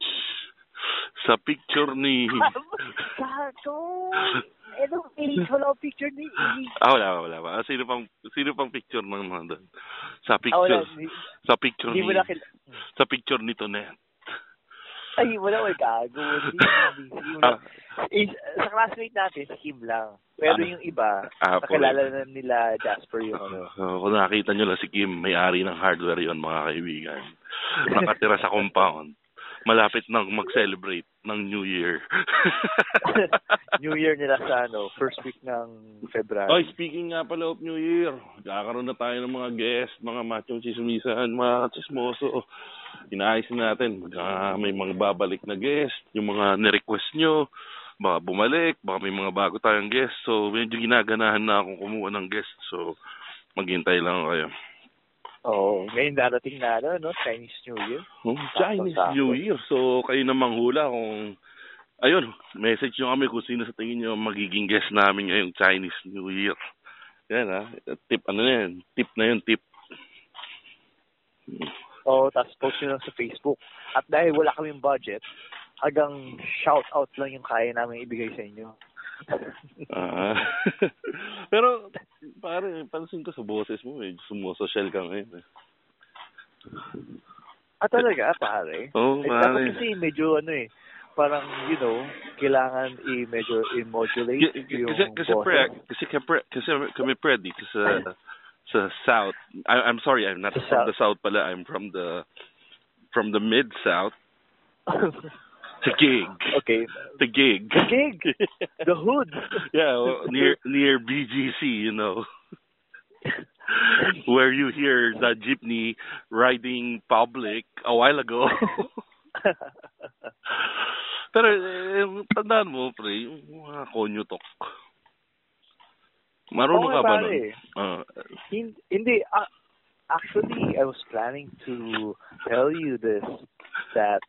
[SPEAKER 2] sa picture ni...
[SPEAKER 3] Gago! Anong age? Wala ko picture ni age.
[SPEAKER 2] Ah, wala pa, wala pa. Ah, Sino pang, sino pang picture ng mga doon? Sa
[SPEAKER 3] Ah, wala.
[SPEAKER 2] picture,
[SPEAKER 3] Hindi-
[SPEAKER 2] sa picture
[SPEAKER 3] Hindi
[SPEAKER 2] ni,
[SPEAKER 3] mo na kil-
[SPEAKER 2] sa picture ni Tonet.
[SPEAKER 3] Ay, wala ko. Gago.
[SPEAKER 2] *laughs*
[SPEAKER 3] Hindi, hindi, hindi mo
[SPEAKER 2] Ah.
[SPEAKER 3] na- Eh, Sa classmate natin, si Kim lang. Pero
[SPEAKER 2] Ah.
[SPEAKER 3] yung iba,
[SPEAKER 2] Ah,
[SPEAKER 3] nakilala na nila Jasper yung ano.
[SPEAKER 2] *laughs* Uh, kung nakita nyo lang si Kim, may-ari ng hardware yon mga kaibigan. Nakatira sa compound. Malapit nang mag-celebrate ng New
[SPEAKER 3] *laughs*
[SPEAKER 2] Year.
[SPEAKER 3] New Year nila sa ano, first week ng February.
[SPEAKER 2] Oy, speaking nga pala of New Year, kakaroon na tayo ng mga guest, mga machong chismisan, mga chismoso. Inaayos na natin, baka may mga babalik na guest, yung mga nirequest nyo, baka bumalik, baka may mga bago tayong guest. So, medyo ginaganahan na akong kumuha ng guest. So, maghintay lang kayo.
[SPEAKER 3] Oo. Ngayon darating na ano, no? Chinese New Year.
[SPEAKER 2] Oh, Chinese
[SPEAKER 3] Sakto, sakto.
[SPEAKER 2] New Year. So, kayo namang hula kung... Ayun, message nyo kami kung sino sa tingin nyo ang magiging guest namin ngayong Chinese New Year. Yan ha. Tip, ano na yan? Tip na yun, tip.
[SPEAKER 3] Oo, tapos post nyo lang sa Facebook. At dahil wala kaming budget, hanggang shout out lang yung kaya namin ibigay sa inyo. *laughs*
[SPEAKER 2] Ah. *laughs* Pero, pare, pansin ko sa boses mo, medyo sumososyal ka ngayon. eh.
[SPEAKER 3] Ah, talaga, pare?
[SPEAKER 2] Oo,
[SPEAKER 3] Eh,
[SPEAKER 2] pare.
[SPEAKER 3] dapat kasi medyo ano eh, parang, you know, kailangan i-medyo i-modulate
[SPEAKER 2] K- k-
[SPEAKER 3] yung
[SPEAKER 2] Kasi, kasi,
[SPEAKER 3] boses.
[SPEAKER 2] pre, kasi, kapre, kasi kami pre dito sa, sa South. I, I'm sorry, I'm not
[SPEAKER 3] Sa
[SPEAKER 2] from
[SPEAKER 3] South.
[SPEAKER 2] the South pala. I'm from the, from the Mid-South. The gig.
[SPEAKER 3] *laughs* okay.
[SPEAKER 2] The gig. *laughs*
[SPEAKER 3] The gig. The hood.
[SPEAKER 2] yeah, well, near near BGC, you know, *laughs* where you hear the jeepney riding public a while ago. *laughs* Pero eh, tandaan mo, pre, yung mga konyo talk. Marunong
[SPEAKER 3] Oo
[SPEAKER 2] ka
[SPEAKER 3] nga,
[SPEAKER 2] ba
[SPEAKER 3] pare.
[SPEAKER 2] nun? Ah,
[SPEAKER 3] Hin- Hindi, ah, actually, I was planning to tell you this that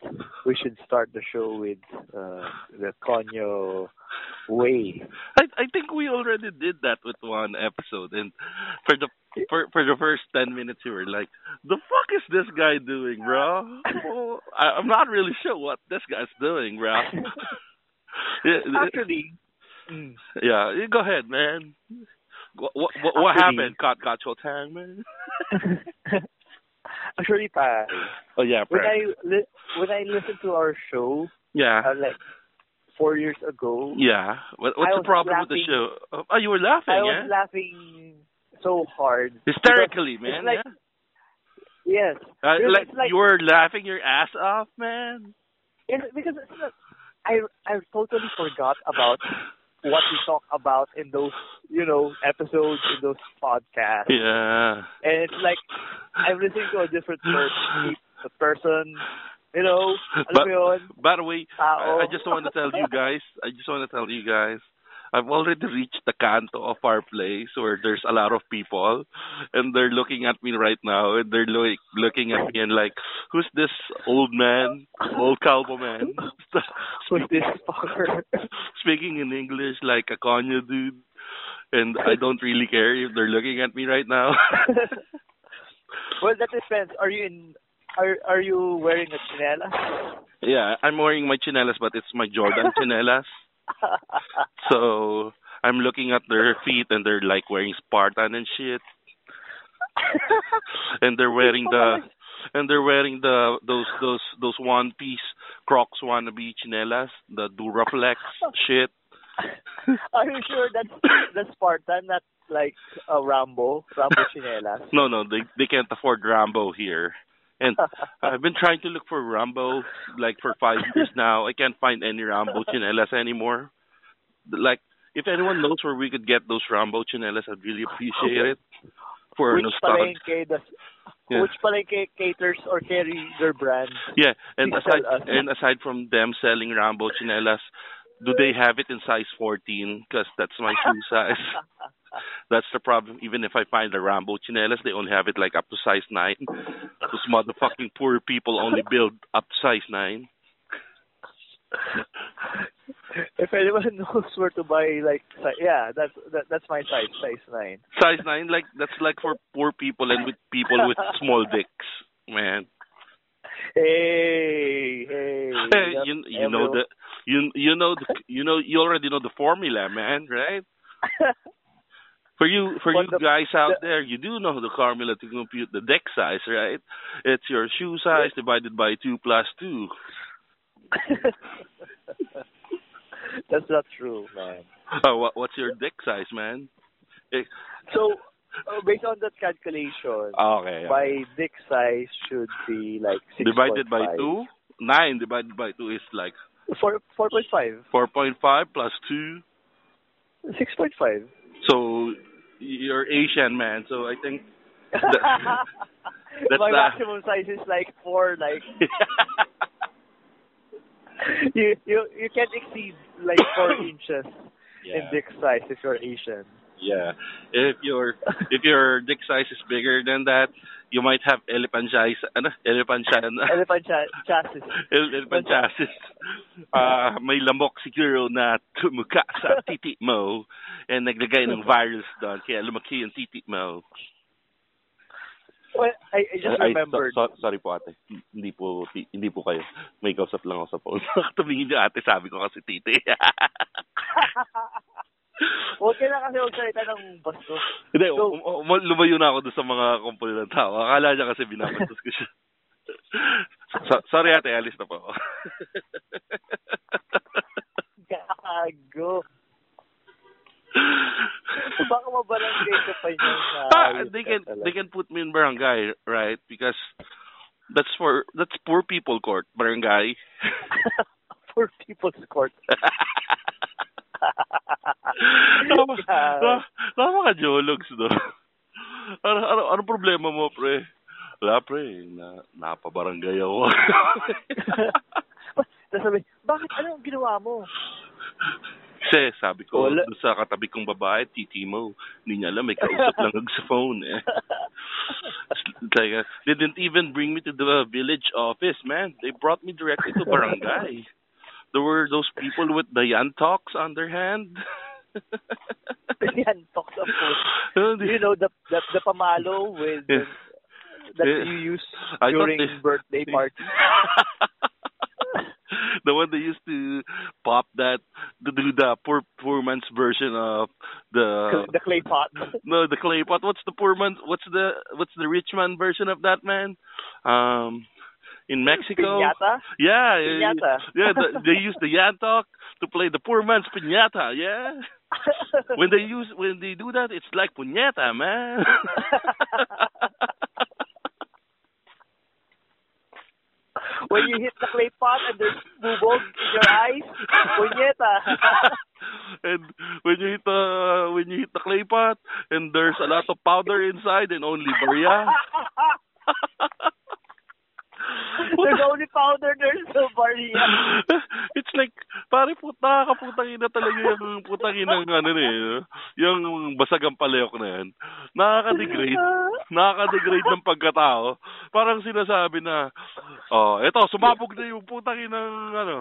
[SPEAKER 3] we should start the show with uh, the Conyo way.
[SPEAKER 2] I I think we already did that with one episode, and for the for for the first ten minutes, we were like, "The fuck is this guy doing, bro?" Well, I,
[SPEAKER 3] *laughs*
[SPEAKER 2] I'm not really sure what this guy's doing, bro. *laughs* Yeah,
[SPEAKER 3] Actually,
[SPEAKER 2] Yeah, you go ahead, man. What what, what, what
[SPEAKER 3] Actually-
[SPEAKER 2] happened? Caught got your tang, man.
[SPEAKER 3] *laughs* Actually, pa,
[SPEAKER 2] Oh yeah,
[SPEAKER 3] when
[SPEAKER 2] Brad.
[SPEAKER 3] I li- when I listened to our show
[SPEAKER 2] yeah,
[SPEAKER 3] uh, like four years ago,
[SPEAKER 2] yeah. What, what's
[SPEAKER 3] I
[SPEAKER 2] the
[SPEAKER 3] was
[SPEAKER 2] problem with the
[SPEAKER 3] laughing.
[SPEAKER 2] show? Oh, oh, you were laughing,
[SPEAKER 3] I was
[SPEAKER 2] yeah.
[SPEAKER 3] laughing so hard.
[SPEAKER 2] Hysterically, man.
[SPEAKER 3] Because It's like,
[SPEAKER 2] yeah?
[SPEAKER 3] Yes.
[SPEAKER 2] Uh,
[SPEAKER 3] Because
[SPEAKER 2] like,
[SPEAKER 3] it's like-
[SPEAKER 2] you were laughing your ass off, man.
[SPEAKER 3] It's- because it's not, I I totally forgot about what we talk about in those you know episodes in those podcasts,
[SPEAKER 2] Yeah.
[SPEAKER 3] and it's like I'm listening to a different person, a person, you know, alam
[SPEAKER 2] But-
[SPEAKER 3] mo yun?
[SPEAKER 2] By the way,
[SPEAKER 3] Tao.
[SPEAKER 2] I, I just want to tell you guys. I just want to tell you guys. I've already reached the canto of our place where there's a lot of people, and they're looking at me right now, and they're like looking at me and like, "Who's this old man, old cowboy man?"
[SPEAKER 3] *laughs* Who's this fucker?
[SPEAKER 2] *laughs* Speaking in English like a Konya dude, and I don't really care if they're looking at me right
[SPEAKER 3] *laughs*
[SPEAKER 2] now.
[SPEAKER 3] well, that depends. Are you in? Are Are you wearing a chinela?
[SPEAKER 2] yeah, I'm wearing my chinelas, but it's my Jordan chinelas. So I'm looking at their feet and they're like wearing Spartan and shit. and they're wearing the and they're wearing the those those those one piece Crocs wannabe chinelas, the Duraflex shit.
[SPEAKER 3] Are you sure that's
[SPEAKER 2] *coughs*
[SPEAKER 3] that's Spartan, not like a Rambo, Rambo chinelas?
[SPEAKER 2] No, no, they they can't afford Rambo here. And I've been trying to look for Rambo like for five years now. I can't find any Rambo chinelas anymore. Like if anyone knows where we could get those Rambo chinelas, I'd really appreciate it. For
[SPEAKER 3] which
[SPEAKER 2] nostalgia.
[SPEAKER 3] palengke does
[SPEAKER 2] Yeah.
[SPEAKER 3] which palengke caters or carry their brand?
[SPEAKER 2] Yeah, and
[SPEAKER 3] Please
[SPEAKER 2] aside
[SPEAKER 3] tell us.
[SPEAKER 2] and aside from them selling Rambo chinelas, do they have it in size 14? Because that's my shoe size. That's the problem. Even if I find a Rambo chinelas, they only have it like up to size nine. Those motherfucking poor people only build up to size nine.
[SPEAKER 3] If anyone *laughs* knows where to buy, like, si- yeah, that's that, that's my size, size nine.
[SPEAKER 2] Size nine, like that's like for poor people and with people with small dicks, man.
[SPEAKER 3] Hey,
[SPEAKER 2] *laughs*
[SPEAKER 3] *laughs* hey,
[SPEAKER 2] Hey, you you know the you you know the, *laughs* you know you already know the formula, man,
[SPEAKER 3] *laughs*
[SPEAKER 2] right? For you for
[SPEAKER 3] Well,
[SPEAKER 2] you
[SPEAKER 3] the-
[SPEAKER 2] guys out
[SPEAKER 3] the-
[SPEAKER 2] there, you do know the formula to compute the deck size, right? It's your shoe size divided by two plus two.
[SPEAKER 3] that's not true, man.
[SPEAKER 2] Uh, what, what's your deck size, man? Eh,
[SPEAKER 3] So, uh, based on that calculation,
[SPEAKER 2] Okay.
[SPEAKER 3] my dick size should be like six
[SPEAKER 2] Divided by two, nine divided by two is like
[SPEAKER 3] Four four point five.
[SPEAKER 2] four point five plus two.
[SPEAKER 3] Six point five.
[SPEAKER 2] So you're Asian, man. So I think. *laughs* that- that's,
[SPEAKER 3] my
[SPEAKER 2] uh,
[SPEAKER 3] maximum size is like four. Like you, you, you can't exceed like
[SPEAKER 2] *coughs*
[SPEAKER 3] four inches in dick size if you're Asian.
[SPEAKER 2] Yeah. If your if your dick size is bigger than that, you might have elephantiasis. Ano? *laughs* Elephantiasis.
[SPEAKER 3] Elephant cha- chassis.
[SPEAKER 2] Elephantiasis. Ah, may lamok siguro na tumuka sa titi mo and naglagay ng virus doon kaya lumaki yung titi mo.
[SPEAKER 3] Well, I, I just remembered.
[SPEAKER 2] sorry po ate. Hindi po hindi po kayo. May kausap lang ako sa phone. *laughs* Tumingin yung ate, sabi ko kasi titi. *laughs*
[SPEAKER 3] Huwag ka na kasi magsalita ng bastos.
[SPEAKER 2] Hindi,
[SPEAKER 3] So-
[SPEAKER 2] um- um- lumayo na ako doon sa mga kumpul ng tao. Akala niya kasi binabastos ko siya. *laughs* so, sorry ate, alis na po
[SPEAKER 3] *laughs*
[SPEAKER 2] ako.
[SPEAKER 3] Gago. Baka mabarangay ka pa niya. na
[SPEAKER 2] Ah,
[SPEAKER 3] ayos
[SPEAKER 2] they
[SPEAKER 3] ka
[SPEAKER 2] can
[SPEAKER 3] talaga.
[SPEAKER 2] they can put me in barangay, right? Because that's for that's poor people court,
[SPEAKER 3] *laughs*
[SPEAKER 2] barangay.
[SPEAKER 3] Poor people's
[SPEAKER 2] *laughs*
[SPEAKER 3] court. *laughs*
[SPEAKER 2] Tama,
[SPEAKER 3] Grabe.
[SPEAKER 2] ta- tama ka, Jologs, no? *laughs* Ano, ano, ano problema mo, pre? Wala, pre. Na, napabarangay ako. *laughs*
[SPEAKER 3] Tapos sabi, bakit anong ginawa mo? *laughs*
[SPEAKER 2] Kasi sabi ko,
[SPEAKER 3] Wala.
[SPEAKER 2] dun sa katabi kong babae, titi mo, hindi niya alam, may kausap lang ako sa phone, eh. It's like, uh, they didn't even bring me to the village office, man. They brought me directly to barangay. There were those people with the yantoks on their hand. *laughs*
[SPEAKER 3] Yan, talk sa food.
[SPEAKER 2] Oh,
[SPEAKER 3] You
[SPEAKER 2] they-
[SPEAKER 3] know, the, the, the pamalo with
[SPEAKER 2] Yeah.
[SPEAKER 3] that
[SPEAKER 2] Yeah.
[SPEAKER 3] you use
[SPEAKER 2] I thought
[SPEAKER 3] during
[SPEAKER 2] they-
[SPEAKER 3] birthday party.
[SPEAKER 2] the one they used to pop that to do the poor poor man's version of the
[SPEAKER 3] *laughs* the clay pot.
[SPEAKER 2] no the clay pot. What's the poor man? What's the what's the rich man version of that man? Um, in Mexico.
[SPEAKER 3] Piñata?
[SPEAKER 2] Yeah, eh,
[SPEAKER 3] Piñata.
[SPEAKER 2] yeah. The, they used the yantok to play the poor man's piñata.
[SPEAKER 3] *laughs*
[SPEAKER 2] Yeah. when they use when they do that, it's like puñeta,
[SPEAKER 3] *laughs*
[SPEAKER 2] man.
[SPEAKER 3] when you hit the clay pot and there's bubog in your eyes, punyeta. *laughs*
[SPEAKER 2] and when you hit the when you hit the clay pot and there's a lot of powder inside and only barya.
[SPEAKER 3] *laughs* there's only powder, there's no barrier.
[SPEAKER 2] It's like, pare puta ka, putang ina talaga yung putang ina ng ano na eh, no? yung basag ang palayok na yan. Nakaka-degrade. Nakaka-degrade ng pagkatao. Parang sinasabi na, oh, eto, sumabog na yung putang ina ng ano,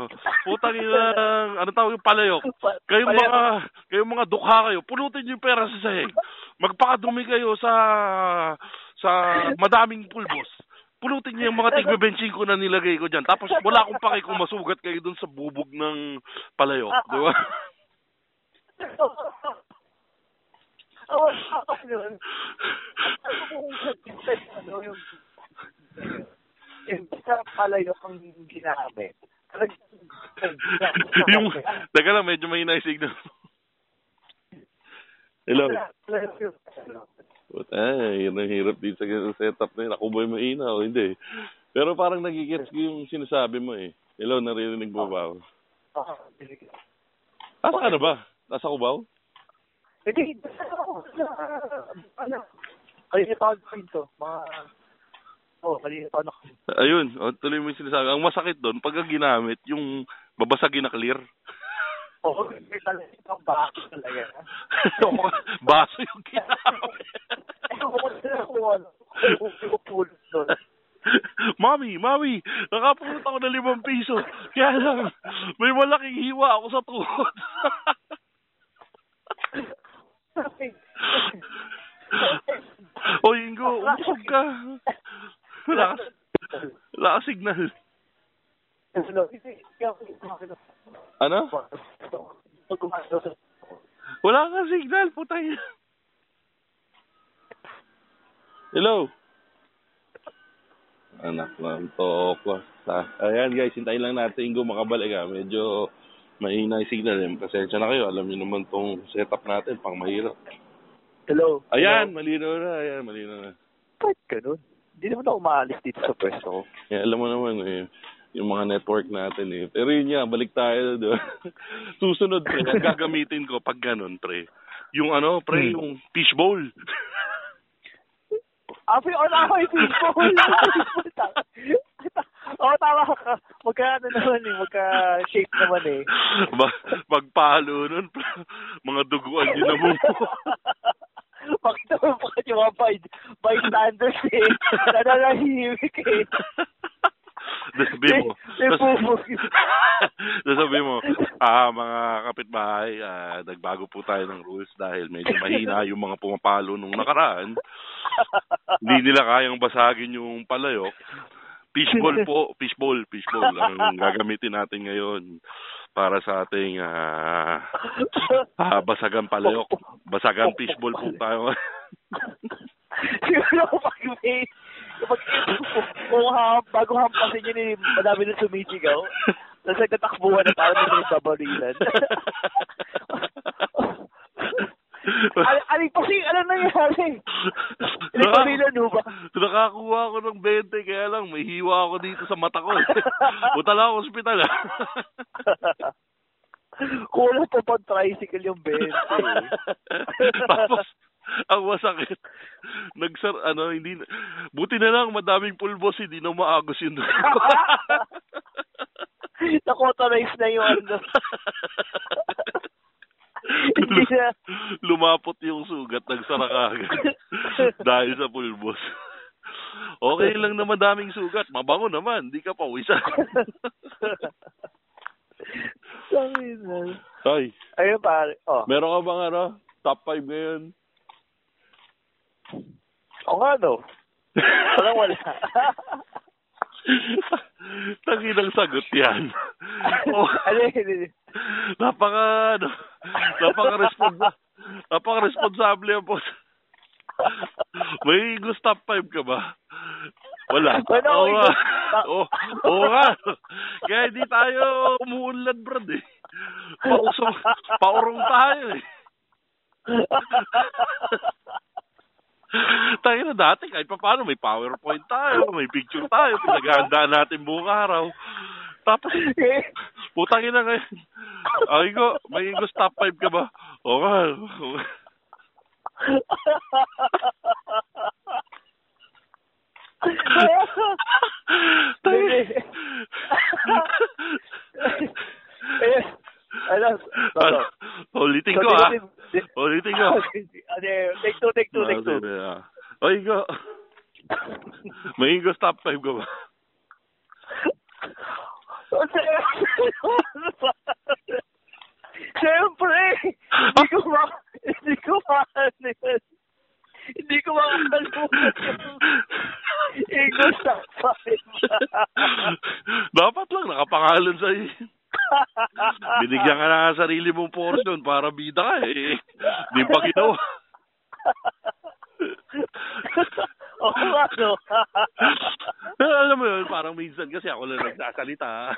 [SPEAKER 2] putang ina ng, ano tawag yung palayok.
[SPEAKER 3] Pa-
[SPEAKER 2] Kayong
[SPEAKER 3] palayok.
[SPEAKER 2] mga, kayong mga dukha Ah, kayo, pulutin niyo yung pera sa sahig. Magpakadumi kayo sa, sa madaming pulbos. Pulutin niyo yung mga tigbebenching ko na nilagay ko dyan. Tapos wala akong pake kung masugat kayo dun sa bubog ng palayok.
[SPEAKER 3] Ah,
[SPEAKER 2] Di
[SPEAKER 3] *laughs*
[SPEAKER 2] ba?
[SPEAKER 3] Oo, ako nun. Ano kung sabihin, ano yung... Yung isa palayok ang *laughs*
[SPEAKER 2] *laughs*
[SPEAKER 3] ginamit. Talagang-
[SPEAKER 2] yung, teka lang, medyo mahina yung signal. Hello.
[SPEAKER 3] Palayok yung ano.
[SPEAKER 2] Ay, yun ang hirap dito sa ganung setup na yun. Ako ba'y mahina o hindi? Pero parang nagigets ko yung sinasabi mo eh. Hello, naririnig mo ba ako?
[SPEAKER 3] Ah, hindi.
[SPEAKER 2] Nasa ano ba? Nasa Cubao?
[SPEAKER 3] Hindi, ano, ano, kanina pa ako dito, mga, oh, kanina pa ako.
[SPEAKER 2] Ayun, oh, tuloy mo yung sinasabi. Ang masakit doon, pagka ginamit, yung babasagin na clear.
[SPEAKER 3] Oo, may talaga ang baka talaga.
[SPEAKER 2] *laughs* Baso yung ginamit. *laughs*
[SPEAKER 3] Ewan ko na kung ano, kung hindi ko pulot doon.
[SPEAKER 2] mami, mami, nakapulot ako ng limang piso. Kaya lang, may malaking hiwa ako sa tuhod. *laughs* o, Ingo, umusog *laughs* ka. Lakas, lakas signal.
[SPEAKER 3] Ano, hindi, kaya ako gumagano.
[SPEAKER 2] Ano?
[SPEAKER 3] Gumagano.
[SPEAKER 2] Wala kang signal, putay. Hello? Anak ng toko. Ta- Ayan guys, hintayin lang natin kung makabalik ha. Medyo mahina yung signal. eh. Pasensya na kayo. Alam niyo naman tong setup natin, pang mahirap.
[SPEAKER 3] Hello.
[SPEAKER 2] Ayan, malinaw na. Ayan, malinaw na.
[SPEAKER 3] Ba't ganun? Hindi naman ako maalis dito sa pwesto. ko.
[SPEAKER 2] Yeah, alam mo naman eh, yung mga network natin eh. Pero yun nga, balik tayo doon. *laughs* Susunod pre, ang gagamitin ko pag ganun pre. Yung ano pre, yung fishbowl. *laughs*
[SPEAKER 3] Ah, pero wala ako yung people. Wala ako yung people. Tama. Oo, tama ka. Magka, ano naman eh, magka-shape naman eh.
[SPEAKER 2] *laughs* Ba- Magpalo nun *laughs* pre. Mga duguan din mo. *laughs*
[SPEAKER 3] *laughs* Pakita mo pa kasi mga by, bystanders eh. Nananahimik eh.
[SPEAKER 2] Tapos sabihin mo.
[SPEAKER 3] May- may
[SPEAKER 2] tas-
[SPEAKER 3] bubog.
[SPEAKER 2] *laughs* tas sabihin mo, ah, mga kapitbahay, ah, nagbago po tayo ng rules dahil medyo
[SPEAKER 3] *laughs*
[SPEAKER 2] mahina yung mga pumapalo nung nakaraan. Hindi nila kayang basagin yung palayok. Fishball po, fishball, fishball ang gagamitin natin ngayon para sa ating ah, ah, basagan palayok. Basagan fishball po tayo. *laughs*
[SPEAKER 3] Siguro pag may... Pag, kung ha, bago hampasin yun eh, madami na sumisigaw. Tapos nagtatakbuhan na parang may
[SPEAKER 2] *laughs*
[SPEAKER 3] babarilan. Al- aling pasing, ano nangyari?
[SPEAKER 2] Naka-
[SPEAKER 3] Nagpabila no ba?
[SPEAKER 2] Nakakuha ako ng 20, kaya lang may hiwa ako dito sa mata
[SPEAKER 3] *laughs*
[SPEAKER 2] ko. eh. Punta lang ako sa ospital. ah.
[SPEAKER 3] Kulang pa pang tricycle yung
[SPEAKER 2] *laughs*
[SPEAKER 3] 20. eh.
[SPEAKER 2] Tapos, ang masakit. Nagsar, ano, hindi, na- buti na lang madaming pulbos, hindi na maagos
[SPEAKER 3] *laughs*
[SPEAKER 2] yun. *laughs*
[SPEAKER 3] Nakotarize na yung ano. Hindi na.
[SPEAKER 2] Lumapot yung sugat, nagsara ka agad. Dahil sa pulbos. Okay lang na madaming sugat, mabango naman, di ka pawisan.
[SPEAKER 3] Sorry na.
[SPEAKER 2] Ay,
[SPEAKER 3] Ayun pare. Oh.
[SPEAKER 2] meron ka bang ano, top 5 ngayon?
[SPEAKER 3] O Oh, nga no. Walang wala.
[SPEAKER 2] Tanginang sagot yan. Oh,
[SPEAKER 3] Ano yun?
[SPEAKER 2] napaka, ano, napaka responsa napaka responsable ang po. May Gustav 5 ka ba? Wala.
[SPEAKER 3] Wala
[SPEAKER 2] Oo
[SPEAKER 3] akong
[SPEAKER 2] nga.
[SPEAKER 3] Gustav.
[SPEAKER 2] Oo, oo nga. Kaya hindi tayo umuunlad, Brad, eh. Pausong, paurong tayo, eh. tayo na dati, kahit pa paano, may PowerPoint tayo, may picture tayo, pinaghahandaan natin buong araw. Tapos, putang ina ngayon. Ay ko, may Ingos top 5 ka ba? Oo nga.
[SPEAKER 3] Eh,
[SPEAKER 2] Tayo.
[SPEAKER 3] Ayun. Ano?
[SPEAKER 2] Ano, Ulitin ko ah. Ulitin
[SPEAKER 3] *laughs*
[SPEAKER 2] ko.
[SPEAKER 3] Ano, Take two, take two,
[SPEAKER 2] Ah,
[SPEAKER 3] take two.
[SPEAKER 2] Ay ko. May Ingos top 5 ka ba?
[SPEAKER 3] *laughs* Siyempre! Hindi ko ma... Hindi ko ma... Hindi ko makakalimutan. Ingos na
[SPEAKER 2] Dapat lang nakapangalan sa Binigyan ka na ng sarili mong portion para bida ka eh. Di pa ginawa.
[SPEAKER 3] Oo nga, no?
[SPEAKER 2] Alam mo yun, parang minsan kasi ako lang
[SPEAKER 3] *laughs*
[SPEAKER 2] nagsasalita.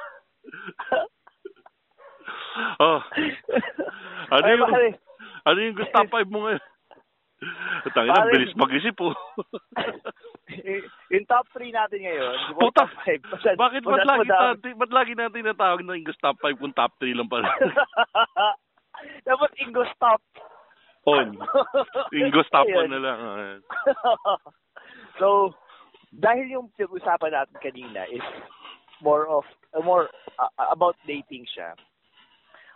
[SPEAKER 2] oh, ano
[SPEAKER 3] Ay,
[SPEAKER 2] yung,
[SPEAKER 3] pare.
[SPEAKER 2] ano yung gusto 5 mo ngayon? Tangin na,
[SPEAKER 3] Pare.
[SPEAKER 2] bilis mag-isip oh. po.
[SPEAKER 3] *laughs* Yung top 3 natin ngayon. di ba,
[SPEAKER 2] Puta,
[SPEAKER 3] *laughs* top five, masyad-
[SPEAKER 2] bakit ba't
[SPEAKER 3] masyad
[SPEAKER 2] lagi,
[SPEAKER 3] madami.
[SPEAKER 2] natin, ba't lagi natin natawag na Ingos top 5 kung top 3 lang pala?
[SPEAKER 3] *laughs* Dapat Ingos top.
[SPEAKER 2] On. Ingos top 1 na
[SPEAKER 3] Ayun.
[SPEAKER 2] lang. ah.
[SPEAKER 3] *laughs* so, dahil yung pinag-usapan natin kanina is more of uh, more uh, about dating siya.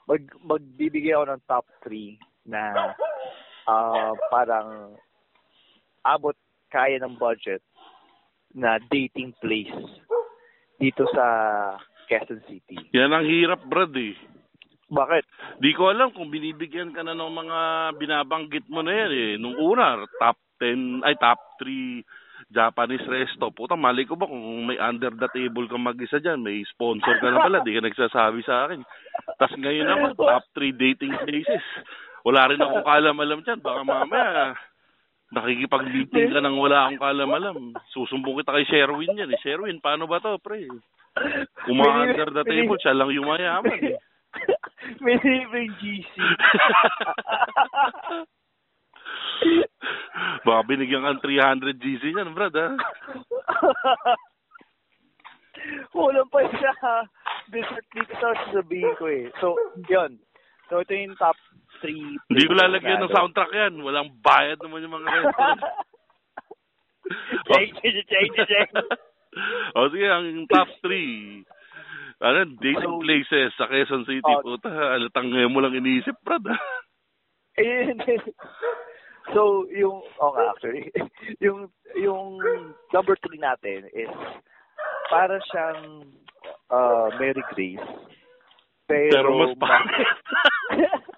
[SPEAKER 3] Mag magbibigay ako ng top 3 na ah, parang abot kaya ng budget na dating place dito sa Quezon City.
[SPEAKER 2] Yan ang hirap, Brad, eh.
[SPEAKER 3] Bakit?
[SPEAKER 2] Di ko alam kung binibigyan ka na ng mga binabanggit mo na yan eh. Nung una, top 10, ay top 3 Japanese resto. Puta, mali ko ba kung may under the table ka mag-isa dyan, may sponsor ka na pala, di ka nagsasabi sa akin. Tapos ngayon naman, top 3 dating places. Wala rin akong kalam-alam dyan. Baka mamaya, nakikipag-meeting ka nang wala akong kalam-alam. Susumbong kita kay Sherwin yan. Eh, Sherwin, paano ba to, pre? Kuma under the table, siya lang yung
[SPEAKER 3] *laughs*
[SPEAKER 2] mayaman eh.
[SPEAKER 3] May libreng GC.
[SPEAKER 2] *laughs* Baka binigyan kang 300 GC niyan, brad, ha?
[SPEAKER 3] *laughs* Kulang pa siya. Dessert dito sa sabihin ko eh. So, yun. So, ito yung top 3.
[SPEAKER 2] Hindi ko lalagyan ng
[SPEAKER 3] *laughs*
[SPEAKER 2] soundtrack yan. Walang bayad naman yung mga restaurant.
[SPEAKER 3] Change, change, change, change.
[SPEAKER 2] *laughs* o sige, ang top 3. Ano, dating places sa Quezon City,
[SPEAKER 3] Oh.
[SPEAKER 2] puta. Alatang ngayon mo lang iniisip, brad, ha?
[SPEAKER 3] Ayun. *laughs* so, yung, oh nga, actually, *laughs* yung, yung number 3 natin is, para siyang uh, Mary Grace. Pero,
[SPEAKER 2] Pero mas pangit.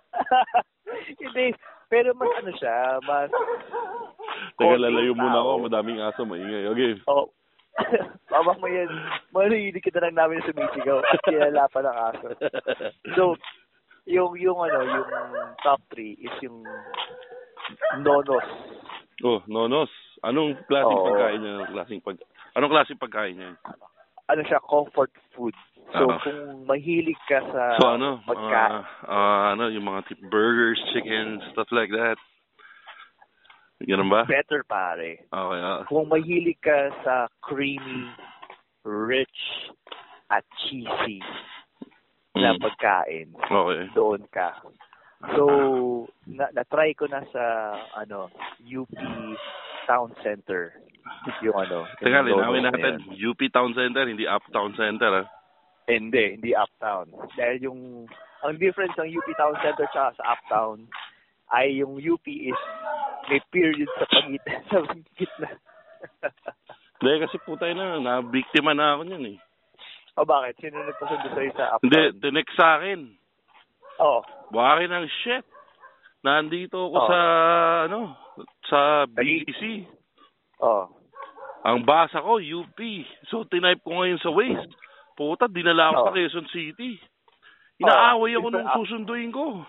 [SPEAKER 3] *laughs* Hindi, pero mas ano siya, mas,
[SPEAKER 2] Teka,
[SPEAKER 3] Konting
[SPEAKER 2] lalayo muna
[SPEAKER 3] Oh,
[SPEAKER 2] ako.
[SPEAKER 3] tao.
[SPEAKER 2] Madaming aso, maingay. Okay.
[SPEAKER 3] oh, *laughs* Baba mo yan. Marinig kita lang namin sa *laughs* sumisigaw at kilala pa ng aso. So, yung, yung ano, yung top 3 is yung Nonos.
[SPEAKER 2] Oh, nonos. Anong klaseng
[SPEAKER 3] Oo.
[SPEAKER 2] pagkain niya? Anong klaseng pag... Anong klaseng pagkain niya?
[SPEAKER 3] Ano siya, comfort food. So,
[SPEAKER 2] Ah.
[SPEAKER 3] kung mahilig ka sa
[SPEAKER 2] So ano, mga,
[SPEAKER 3] pagkain,
[SPEAKER 2] ah, ano, yung mga tip burgers, chicken, stuff like that. Ganun ba?
[SPEAKER 3] better pare.
[SPEAKER 2] Okay, ah.
[SPEAKER 3] Kung mahilig ka sa creamy, rich, at cheesy na
[SPEAKER 2] Mm.
[SPEAKER 3] pagkain,
[SPEAKER 2] Okay.
[SPEAKER 3] doon ka. So, na, na-try ko na sa, ano, UP Town Center. Yung ano.
[SPEAKER 2] Teka,
[SPEAKER 3] yung
[SPEAKER 2] linawin
[SPEAKER 3] donuts na
[SPEAKER 2] natin.
[SPEAKER 3] yun.
[SPEAKER 2] UP Town Center, hindi Uptown Center, ah.
[SPEAKER 3] Hindi, hindi uptown. Dahil yung, ang difference ng UP Town Center tsaka sa uptown ay yung UP is may period sa pagitan *laughs* sa gitna.
[SPEAKER 2] Hindi, kasi putay na, nabiktima na ako niyan eh.
[SPEAKER 3] o bakit? Sino nagpasundo sa'yo sa
[SPEAKER 2] Hindi,
[SPEAKER 3] uptown? Oh,
[SPEAKER 2] tinext sa akin.
[SPEAKER 3] Oo.
[SPEAKER 2] Bakit ng shit? Nandito ako
[SPEAKER 3] Oh.
[SPEAKER 2] sa, ano, sa
[SPEAKER 3] Nagi-
[SPEAKER 2] BGC.
[SPEAKER 3] Oo. oh.
[SPEAKER 2] Ang basa ko, UP. So, tinype ko ngayon sa Waze. Puta, dinala ako
[SPEAKER 3] Oo.
[SPEAKER 2] sa Quezon City. Inaaway ako
[SPEAKER 3] Isa-
[SPEAKER 2] nung
[SPEAKER 3] ah.
[SPEAKER 2] susunduin ko.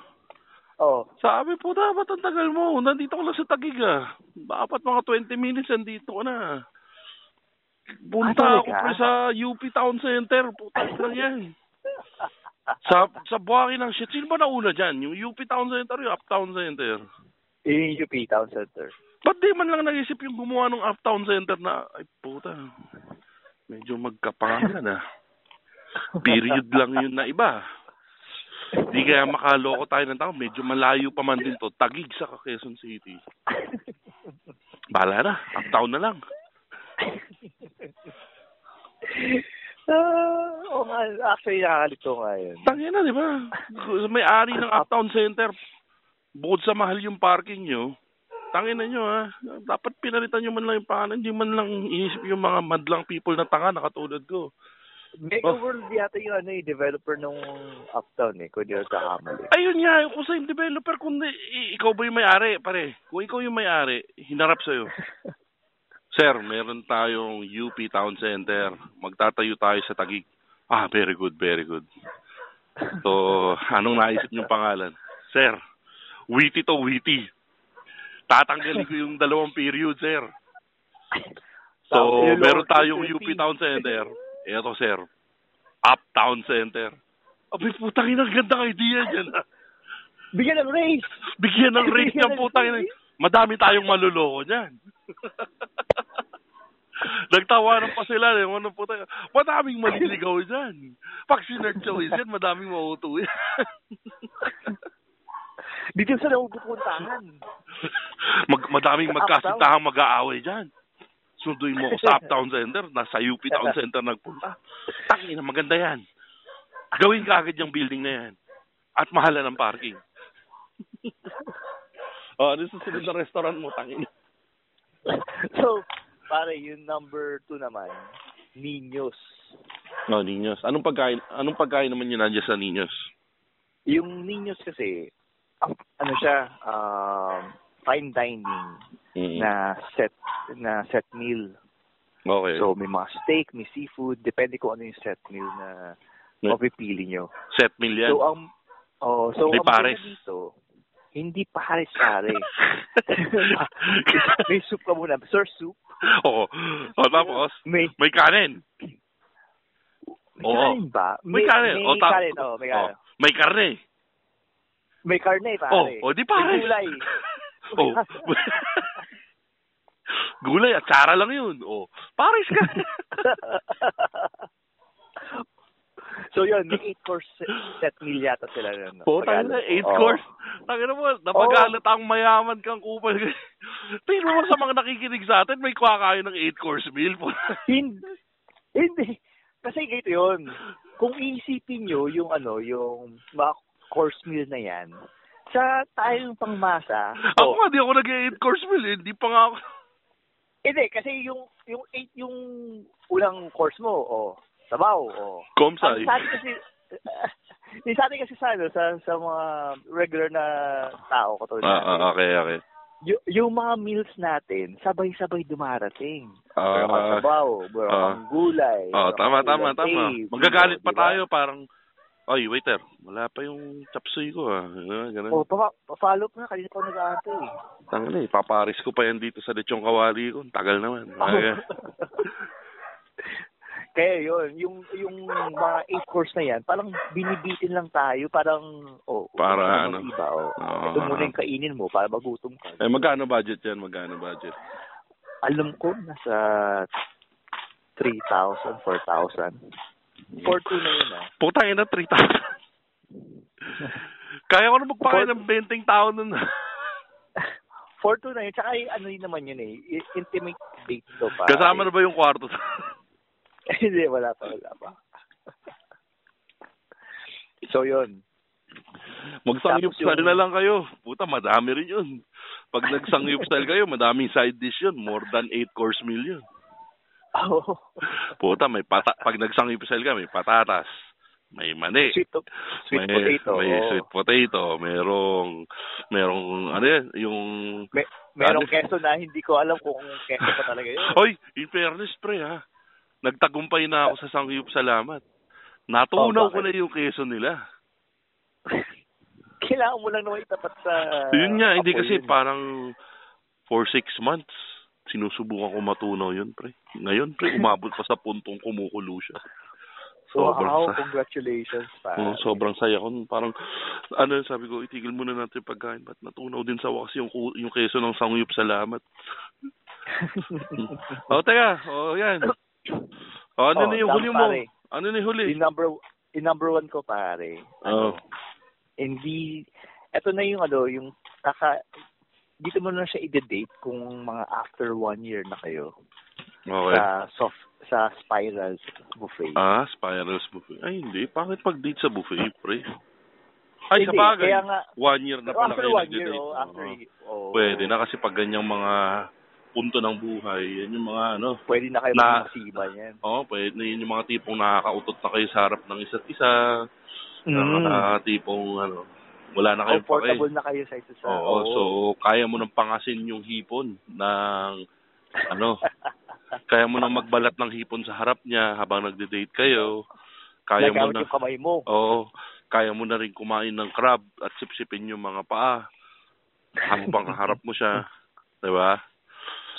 [SPEAKER 3] Oh,
[SPEAKER 2] Sabi po, dapat ang tagal mo. Nandito ko lang sa Tagig ah. Dapat mga 20 minutes, nandito ko na. Punta
[SPEAKER 3] Ah,
[SPEAKER 2] ako
[SPEAKER 3] talaga?
[SPEAKER 2] pre sa UP Town Center. Puta lang yan. sa sa buhaki ng shit. Sino ba nauna dyan? Yung UP Town Center, yung Uptown Center.
[SPEAKER 3] yun yung UP Town Center.
[SPEAKER 2] Ba't di man lang naisip yung gumawa ng Uptown Center na, ay puta, medyo magkapangalan na. Period lang yun na iba. Di kaya makaloko tayo ng tao. Medyo malayo pa man din to. Tagig sa Quezon City. Bala na. Uptown na lang.
[SPEAKER 3] Ah, oo nga, actually nakakalito nga yun.
[SPEAKER 2] Tangin na, di ba? May-ari ng Uptown Center. Bukod sa mahal yung parking nyo, tangin na nyo ha. Dapat pinalitan nyo man lang yung pangalan. Hindi man lang iisip yung mga madlang people na tanga na katulad ko. Oh.
[SPEAKER 3] Mega World yata yung ano, yung developer nung Uptown eh, kung di ako kakamali.
[SPEAKER 2] Ayun nga, yung kung sa'yo yung developer, kung i- i- ikaw ba yung may-ari, pare, kung ikaw yung may-ari, hinarap sa'yo. *laughs* Sir, meron tayong UP Town Center. Magtatayo tayo sa Tagig. Ah, very good, very good. So, anong naisip niyong pangalan? Sir, witty to witty. Tatanggalin ko yung dalawang period, sir. So,
[SPEAKER 3] Tapos yung
[SPEAKER 2] meron
[SPEAKER 3] lower
[SPEAKER 2] tayong
[SPEAKER 3] case
[SPEAKER 2] UP
[SPEAKER 3] yung
[SPEAKER 2] Town Center. Eto, sir. Uptown Center. Abay, putang ina, gandang idea dyan. ah.
[SPEAKER 3] Bigyan ng raise!
[SPEAKER 2] Bigyan ng rate niya, putang ina. Madami tayong maluloko *laughs* niyan. Nagtawanan pa sila. Eh. Ano po tayo? Madaming maliligaw dyan. Pag sinerchawis yan, *laughs* madaming mautuwi.
[SPEAKER 3] Dito sa lang pupuntahan.
[SPEAKER 2] Mag, madaming magkasintahang mag-aaway dyan. Sunduin mo ako sa Uptown Center, nasa UP Town Center nagpunta. Tangina, maganda yan. Gawin ka agad yung building na yan. At mahala ng parking. *laughs* oh, ano yung susunod na restaurant mo, tangina?
[SPEAKER 3] *laughs* so, pare, yung number two naman, Niños.
[SPEAKER 2] No, Niños. Anong pagkain, anong pagkain naman yun nandiyan sa Niños?
[SPEAKER 3] Yung Niños kasi, ang- ano siya, um, fine dining
[SPEAKER 2] Mm-hmm.
[SPEAKER 3] na set na set meal.
[SPEAKER 2] Okay.
[SPEAKER 3] So, may mga steak, may seafood, depende kung ano yung set meal na
[SPEAKER 2] Yeah.
[SPEAKER 3] mapipili nyo.
[SPEAKER 2] set meal Mm-hmm. yan.
[SPEAKER 3] So, ang, oh, so,
[SPEAKER 2] May
[SPEAKER 3] ang maganda
[SPEAKER 2] pares.
[SPEAKER 3] dito, hindi pares, pare. may soup ka muna. Sir, soup.
[SPEAKER 2] *laughs* Oo. O, tapos,
[SPEAKER 3] May,
[SPEAKER 2] may kanin.
[SPEAKER 3] may
[SPEAKER 2] Oo.
[SPEAKER 3] kanin ba?
[SPEAKER 2] May, kanin.
[SPEAKER 3] May,
[SPEAKER 2] o,
[SPEAKER 3] may
[SPEAKER 2] tap-
[SPEAKER 3] kanin, oh, may kanin.
[SPEAKER 2] o, may karne.
[SPEAKER 3] May karne, pare.
[SPEAKER 2] Oh, oh, di pare.
[SPEAKER 3] May
[SPEAKER 2] *laughs*
[SPEAKER 3] gulay.
[SPEAKER 2] Oh. *laughs* Gulay at tsara lang yun. Oh, pares ka.
[SPEAKER 3] *laughs* so, yun, may eight course set meal yata sila. Nun, no?
[SPEAKER 2] oh, tayo
[SPEAKER 3] Tagalog.
[SPEAKER 2] na, eight
[SPEAKER 3] Oo.
[SPEAKER 2] course. Tayo na mo, napagalat ang mayaman kang kupal. *laughs* Tingnan mo sa mga nakikinig sa atin, may kwakayo ng eight course meal. *laughs*
[SPEAKER 3] Hindi. Hindi. Kasi ganito yun. Kung iisipin nyo yung ano, yung mga course meal na yan, sa tayong pangmasa,
[SPEAKER 2] Ako
[SPEAKER 3] oh,
[SPEAKER 2] nga, di ako nag-eight course meal. eh. Hindi pa nga *laughs* ako.
[SPEAKER 3] hindi, kasi yung, yung eight, yung unang course mo, oh, sabaw, oh.
[SPEAKER 2] Komsay.
[SPEAKER 3] Ang sa atin kasi, *laughs* yung sa atin kasi sa, ano, sa, sa mga regular na tao, katulad
[SPEAKER 2] Ah,
[SPEAKER 3] natin,
[SPEAKER 2] ah, okay, okay.
[SPEAKER 3] y- yung mga meals natin, sabay-sabay dumarating.
[SPEAKER 2] Ah.
[SPEAKER 3] meron kang sabaw, meron
[SPEAKER 2] Ah.
[SPEAKER 3] kang gulay.
[SPEAKER 2] Oh,
[SPEAKER 3] meron
[SPEAKER 2] tama,
[SPEAKER 3] kang
[SPEAKER 2] tama,
[SPEAKER 3] ulam
[SPEAKER 2] tama.
[SPEAKER 3] tape,
[SPEAKER 2] Magagalit pa
[SPEAKER 3] diba?
[SPEAKER 2] tayo, parang, Oy, waiter, wala pa yung chapsuy ko ah. Ganun, Ganun.
[SPEAKER 3] Oh, pa, pa follow up na kanina pa ako nag-aantay. eh.
[SPEAKER 2] Tanga na, ipaparis ko pa yan dito sa lechong kawali ko. Ang Tagal
[SPEAKER 3] Oh.
[SPEAKER 2] naman. Okay.
[SPEAKER 3] Kaya yun, yung yung mga eight course na yan, parang binibitin lang tayo, parang oh,
[SPEAKER 2] Para
[SPEAKER 3] utos na ng
[SPEAKER 2] ano?
[SPEAKER 3] iba, oh.
[SPEAKER 2] Oo.
[SPEAKER 3] Ito muna yung kainin mo para magutom ka.
[SPEAKER 2] eh, magkano budget yan? Magkano budget?
[SPEAKER 3] Alam ko nasa 3,000, 4,000. 4,2 na yun, ah.
[SPEAKER 2] Putang ina,
[SPEAKER 3] *laughs*
[SPEAKER 2] 3,000. Kaya ko na magpakain ng 20 tao nun.
[SPEAKER 3] 4,2 na yun. Tsaka yung ano yun naman yun eh. i- Intimate date to pa.
[SPEAKER 2] Kasama na ba yung kwarto?
[SPEAKER 3] *laughs* Hindi, wala pa, wala pa. *laughs* so yun. *laughs*
[SPEAKER 2] Magsangyupsal
[SPEAKER 3] Tapos yung-
[SPEAKER 2] na lang kayo. Puta, madami rin yun.
[SPEAKER 3] *laughs*
[SPEAKER 2] Pag nagsangyupsal kayo, madaming side dish yun. More than 8 course meal yun.
[SPEAKER 3] Oh,
[SPEAKER 2] Puta, may pata pag nagsangyupsal ka, may patatas. May mani.
[SPEAKER 3] sweet, to- sweet
[SPEAKER 2] may,
[SPEAKER 3] potato.
[SPEAKER 2] May
[SPEAKER 3] oh.
[SPEAKER 2] sweet potato. Merong, merong, ano yan, yung...
[SPEAKER 3] May, merong
[SPEAKER 2] Ano?
[SPEAKER 3] keso na hindi ko alam kung
[SPEAKER 2] Oh.
[SPEAKER 3] keso pa talaga yun.
[SPEAKER 2] Hoy, in fairness, pre, ha? Nagtagumpay na ako sa sangyup salamat. Natunaw
[SPEAKER 3] Oh,
[SPEAKER 2] ko
[SPEAKER 3] bakit?
[SPEAKER 2] na yung keso nila.
[SPEAKER 3] Kailangan mo lang naman itapat sa...
[SPEAKER 2] yun nga, hindi
[SPEAKER 3] apoy
[SPEAKER 2] kasi
[SPEAKER 3] Eh, yun.
[SPEAKER 2] parang for six months, sinusubukan ko matunaw yun, pre. Ngayon, pre, umabot pa sa puntong kumukulo siya. Sobrang
[SPEAKER 3] Wow,
[SPEAKER 2] sa-
[SPEAKER 3] congratulations pa.
[SPEAKER 2] Oo, sobrang saya ko. Parang, ano yun, sabi ko, itigil muna natin yung pagkain. Ba't natunaw din sa wakas yung, ku- yung keso ng sangyup
[SPEAKER 3] *laughs*
[SPEAKER 2] salamat? o, oh, teka. O, oh, yan. O, ano
[SPEAKER 3] Oh,
[SPEAKER 2] na yung
[SPEAKER 3] tama,
[SPEAKER 2] huli mo?
[SPEAKER 3] pare.
[SPEAKER 2] Ano na yung huli?
[SPEAKER 3] Yung number, yung number one ko, pare.
[SPEAKER 2] Oh.
[SPEAKER 3] Hindi, eto na yung ano, yung kaka, dito mo na siya i-date kung mga after one year na kayo
[SPEAKER 2] Okay.
[SPEAKER 3] sa soft sa spirals buffet.
[SPEAKER 2] Ah, spirals buffet. Ay, hindi. Pangit pag-date sa buffet, pre. Ay,
[SPEAKER 3] Hindi,
[SPEAKER 2] sa bagay.
[SPEAKER 3] kaya nga-
[SPEAKER 2] one year na
[SPEAKER 3] Pero
[SPEAKER 2] pala
[SPEAKER 3] after
[SPEAKER 2] kayo
[SPEAKER 3] one year,
[SPEAKER 2] nagde-date.
[SPEAKER 3] oh, after,
[SPEAKER 2] Oo.
[SPEAKER 3] oh,
[SPEAKER 2] Pwede na kasi pag ganyang mga punto ng buhay, yan yung mga ano.
[SPEAKER 3] Pwede na kayo
[SPEAKER 2] Na-
[SPEAKER 3] magmasiba yan.
[SPEAKER 2] Oo, pwede na yun yung mga tipong nakakautot na kayo sa harap ng isa't isa.
[SPEAKER 3] Mm.
[SPEAKER 2] Nakaka tipong ano, wala na kayong pake.
[SPEAKER 3] Comfortable na kayo sa isa sa...
[SPEAKER 2] eh.
[SPEAKER 3] oh,
[SPEAKER 2] Oo, so kaya mo nang pangasin yung hipon ng ano, kaya mo nang magbalat ng hipon sa harap niya habang nagde-date kayo. Kaya mo
[SPEAKER 3] Nagamit
[SPEAKER 2] na Oh,
[SPEAKER 3] yung kamay mo.
[SPEAKER 2] Oo. Kaya mo na rin kumain ng crab at sipsipin yung mga paa habang harap mo siya. Di ba?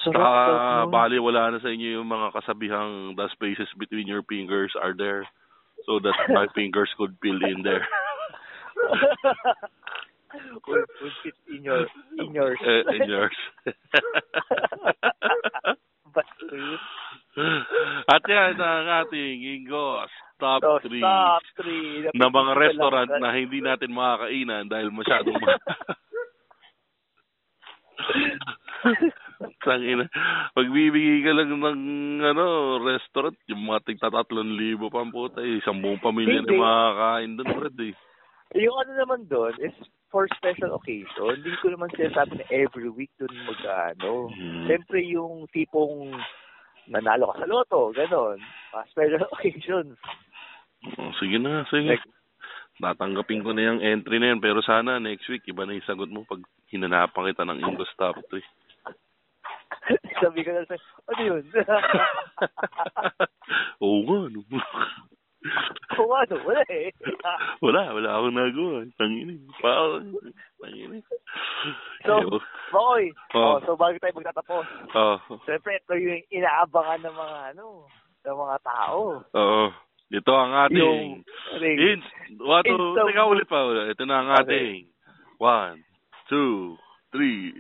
[SPEAKER 3] Sarap, oh. sarap
[SPEAKER 2] Saka,
[SPEAKER 3] nun. *laughs*
[SPEAKER 2] bali, wala na sa inyo yung mga kasabihang the spaces between your fingers are there so that my fingers could fill in there.
[SPEAKER 3] Would, would fit in your... In your...
[SPEAKER 2] *laughs* Eh,
[SPEAKER 3] *laughs*
[SPEAKER 2] in yours.
[SPEAKER 3] Basket.
[SPEAKER 2] *laughs* At yan ang ating Ingos Top
[SPEAKER 3] So,
[SPEAKER 2] 3
[SPEAKER 3] top three.
[SPEAKER 2] na mga
[SPEAKER 3] Napipigil
[SPEAKER 2] restaurant
[SPEAKER 3] lang
[SPEAKER 2] na hindi natin makakainan dahil masyadong ma- *laughs* Tangina. Pagbibigay ka lang ng ano, restaurant, yung mga tigta 3,000 pa ang puta, eh. isang buong pamilya na
[SPEAKER 3] Hindi.
[SPEAKER 2] makakain doon, Fred. Eh.
[SPEAKER 3] Yung ano naman doon is for special occasion. Hindi ko naman sinasabi na every week doon mag-ano.
[SPEAKER 2] Hmm.
[SPEAKER 3] Siyempre yung tipong nanalo ka sa loto, ganon. Mga special *laughs* occasions.
[SPEAKER 2] Oh, sige na, sige.
[SPEAKER 3] Like-
[SPEAKER 2] Tatanggapin ko na yung entry na yan, pero sana next week, iba na yung sagot mo pag hinanapan kita ng Ingos Top 3.
[SPEAKER 3] Sabi ko na sa, ano yun? *laughs*
[SPEAKER 2] *laughs* Oo nga, no.
[SPEAKER 3] Kung ano, wala eh. *laughs*
[SPEAKER 2] wala, wala akong nagawa. Tangina. Parang, tangina.
[SPEAKER 3] so,
[SPEAKER 2] Ewan.
[SPEAKER 3] Bakoy,
[SPEAKER 2] Oh.
[SPEAKER 3] oh. so bago tayo magtatapos,
[SPEAKER 2] Oo.
[SPEAKER 3] siyempre ito yung inaabangan ng mga ano, ng mga tao.
[SPEAKER 2] Oo. Ito ang ating...
[SPEAKER 3] Yung ano eh,
[SPEAKER 2] In,
[SPEAKER 3] ring.
[SPEAKER 2] what,
[SPEAKER 3] It's
[SPEAKER 2] two,
[SPEAKER 3] the-
[SPEAKER 2] teka ulit pa. ulit. Ito na ang ating... One, two, three.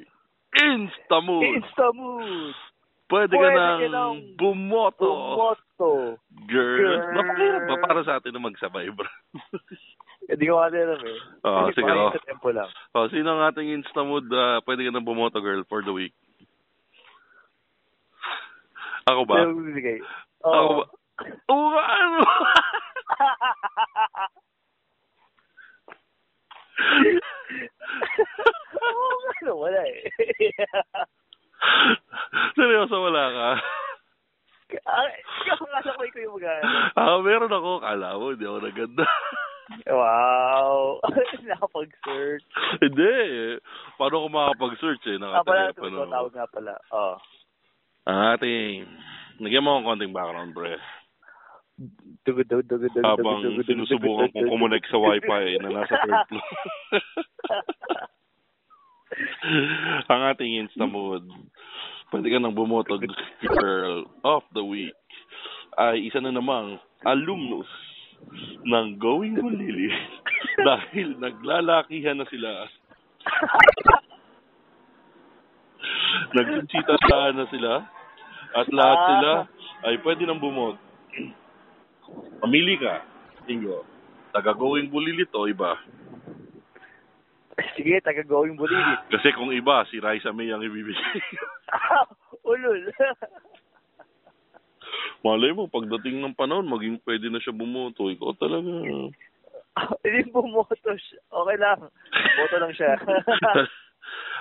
[SPEAKER 2] Instamood!
[SPEAKER 3] Insta mood.
[SPEAKER 2] Pwede ka
[SPEAKER 3] Pwede ka
[SPEAKER 2] nang
[SPEAKER 3] nang
[SPEAKER 2] bumoto.
[SPEAKER 3] Bumoto.
[SPEAKER 2] Girl.
[SPEAKER 3] Girl.
[SPEAKER 2] Napakahirap ba para sa atin na magsabay, bro?
[SPEAKER 3] Hindi ko alam eh.
[SPEAKER 2] Oo,
[SPEAKER 3] Hindi ko
[SPEAKER 2] sige,
[SPEAKER 3] alam
[SPEAKER 2] oh.
[SPEAKER 3] Sa tempo lang.
[SPEAKER 2] oh, sino ang ating Instamood? ah, pwede ka nang bumoto, girl, for the week. Ako ba?
[SPEAKER 3] Pero bibigay. Oo. *laughs*
[SPEAKER 2] Ako ba? Oo nga, ano? *laughs*
[SPEAKER 3] Oo, ano, wala eh. *laughs*
[SPEAKER 2] Seryoso, wala ka?
[SPEAKER 3] Ah, Kakakasakay ko yung mga...
[SPEAKER 2] Ah, meron ako. Kala mo, hindi ako naganda. *laughs*
[SPEAKER 3] Wow. *laughs* Nakapag-search.
[SPEAKER 2] hindi. eh. Paano ko makapag-search eh?
[SPEAKER 3] Ah, pala,
[SPEAKER 2] Nakatelepono.
[SPEAKER 3] tumutawag tawag nga pala. Oo.
[SPEAKER 2] Ang ating... Ah, Nagyan mo akong konting background, pre. Habang *laughs* sinusubukan kong kumunik sa wifi na nasa third floor. Ang ating Insta mood. Pwede ka nang bumoto, girl of the week. Ay, isa na namang alumnus ng Going Bulili dahil naglalakihan na sila. Nagsitsitasaan na sila at lahat sila ay pwede nang bumoto. Pamili ka, Ingo. Taga Going Bulilit o iba?
[SPEAKER 3] Sige, taga-going bulilit.
[SPEAKER 2] Kasi kung iba, si Raisa May ang ibibigay. *laughs*
[SPEAKER 3] Ah, Ulol. *laughs*
[SPEAKER 2] Malay mo, pagdating ng panahon, maging pwede na siya bumoto. Ikaw talaga.
[SPEAKER 3] Hindi bumoto siya. Okay lang. Boto lang
[SPEAKER 2] *laughs*
[SPEAKER 3] siya.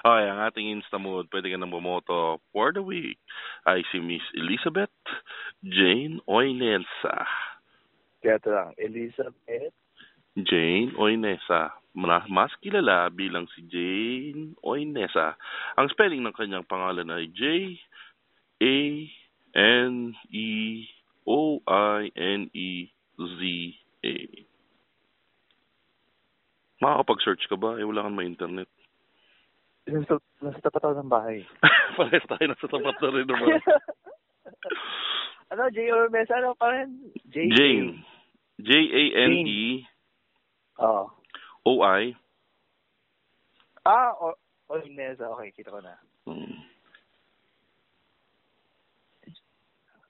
[SPEAKER 2] okay, ang ating Insta mode, pwede ka nang bumoto for the week ay si Miss Elizabeth Jane Oinensa.
[SPEAKER 3] Kaya ito lang. Elizabeth.
[SPEAKER 2] Jane Oinesa, ma- mas kilala bilang si Jane Oinesa. Ang spelling ng kanyang pangalan ay J A N E O I N E Z Nakakapag-search ka ba? Eh, wala kang may internet.
[SPEAKER 3] Nasa, nasa tapat ako ng bahay.
[SPEAKER 2] *laughs* Parehas tayo nasa tapat na rin naman.
[SPEAKER 3] ano, J or Mesa? Ano pa rin? J.
[SPEAKER 2] Jane. E J-A-N-E-O-I.
[SPEAKER 3] Oo. Ah, o, o Mesa. Okay, kita ko na.
[SPEAKER 2] Hmm.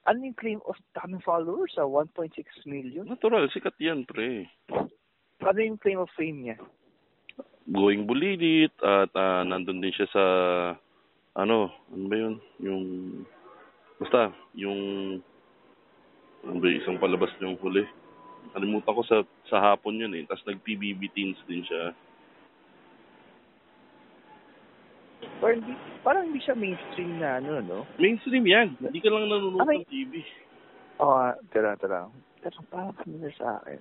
[SPEAKER 3] Ano yung claim of daming followers? ah, sa 1.6 million?
[SPEAKER 2] Natural, sikat yan, pre.
[SPEAKER 3] Ano yung claim of fame niya?
[SPEAKER 2] Going Bulilit at ah, nandun din siya sa ano, ano ba yun? Yung basta yung ano ba yung isang palabas niyang huli. Kalimutan ko sa sa hapon yun eh. Tapos nag PBB teens din siya.
[SPEAKER 3] Parang hindi, parang hindi siya mainstream na ano, no?
[SPEAKER 2] Mainstream yan. Hindi ka lang nanonood
[SPEAKER 3] Aray.
[SPEAKER 2] ng TV.
[SPEAKER 3] Oo, oh, tara, tara. Pero parang familiar sa akin.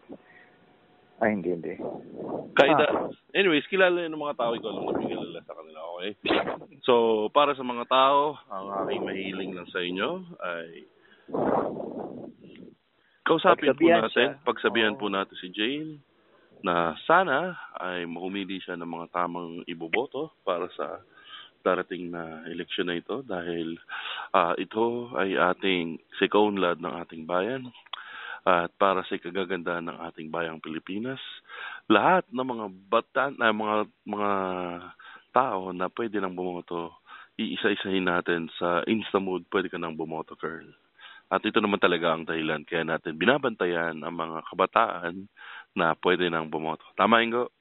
[SPEAKER 3] Ay, hindi, hindi.
[SPEAKER 2] Kahit, ah,
[SPEAKER 3] Ah.
[SPEAKER 2] anyways, kilala yun ng mga tao. Ikaw lang may kilala sa kanila, okay? So, para sa mga tao, ang aking mahiling lang sa inyo ay kausapin po
[SPEAKER 3] Pagsabihan
[SPEAKER 2] natin,
[SPEAKER 3] siya.
[SPEAKER 2] pagsabihan
[SPEAKER 3] Oo.
[SPEAKER 2] po natin si Jane na sana ay makumili siya ng mga tamang iboboto para sa darating na eleksyon na ito dahil ah, ito ay ating sikaunlad ng ating bayan at para sa ikagagandahan ng ating bayang Pilipinas. Lahat ng mga batan, na mga mga tao na pwede nang bumoto, iisa-isahin natin sa Instamood, pwede ka nang bumoto, Carl. At ito naman talaga ang dahilan kaya natin binabantayan ang mga kabataan na pwede nang bumoto. Tama, Ingo?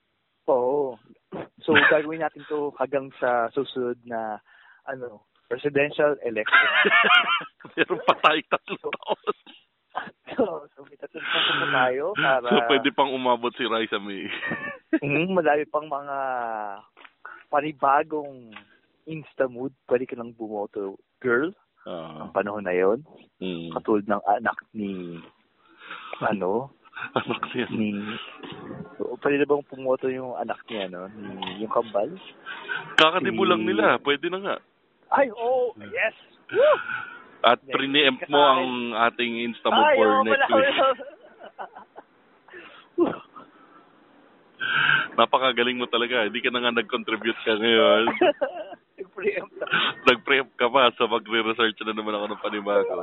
[SPEAKER 2] *laughs*
[SPEAKER 3] Oo. So, gagawin natin to hanggang sa susunod na, ano, presidential election.
[SPEAKER 2] Meron pa tayong tatlong taon.
[SPEAKER 3] *laughs* so, so, may tatlong paso pa tayo para...
[SPEAKER 2] So, pwede pang umabot si Raisa May. *laughs*
[SPEAKER 3] Mm, malayo pang mga panibagong insta mood. Pwede ka lang bumoto, girl,
[SPEAKER 2] Ah,
[SPEAKER 3] ang panahon na yon. *laughs*
[SPEAKER 2] mm.
[SPEAKER 3] Katulad ng anak ni, ano,
[SPEAKER 2] Anak niya.
[SPEAKER 3] ni, pwede na bang pumoto yung anak niya, no? Ni, yung kambal?
[SPEAKER 2] Kakatibulang nila. Pwede na nga.
[SPEAKER 3] Ay, oh, yes!
[SPEAKER 2] At
[SPEAKER 3] Next
[SPEAKER 2] pre-empt
[SPEAKER 3] week
[SPEAKER 2] mo
[SPEAKER 3] kasi-
[SPEAKER 2] ang ating Insta mo
[SPEAKER 3] Ay,
[SPEAKER 2] for
[SPEAKER 3] oo,
[SPEAKER 2] next
[SPEAKER 3] wala-
[SPEAKER 2] week.
[SPEAKER 3] *laughs*
[SPEAKER 2] Napakagaling mo talaga. Hindi ka na nga nag-contribute ka
[SPEAKER 3] *laughs*
[SPEAKER 2] ngayon.
[SPEAKER 3] Preempt *laughs* na.
[SPEAKER 2] Nag-pre-empt ka pa sa magre-research na naman ako ng panibago.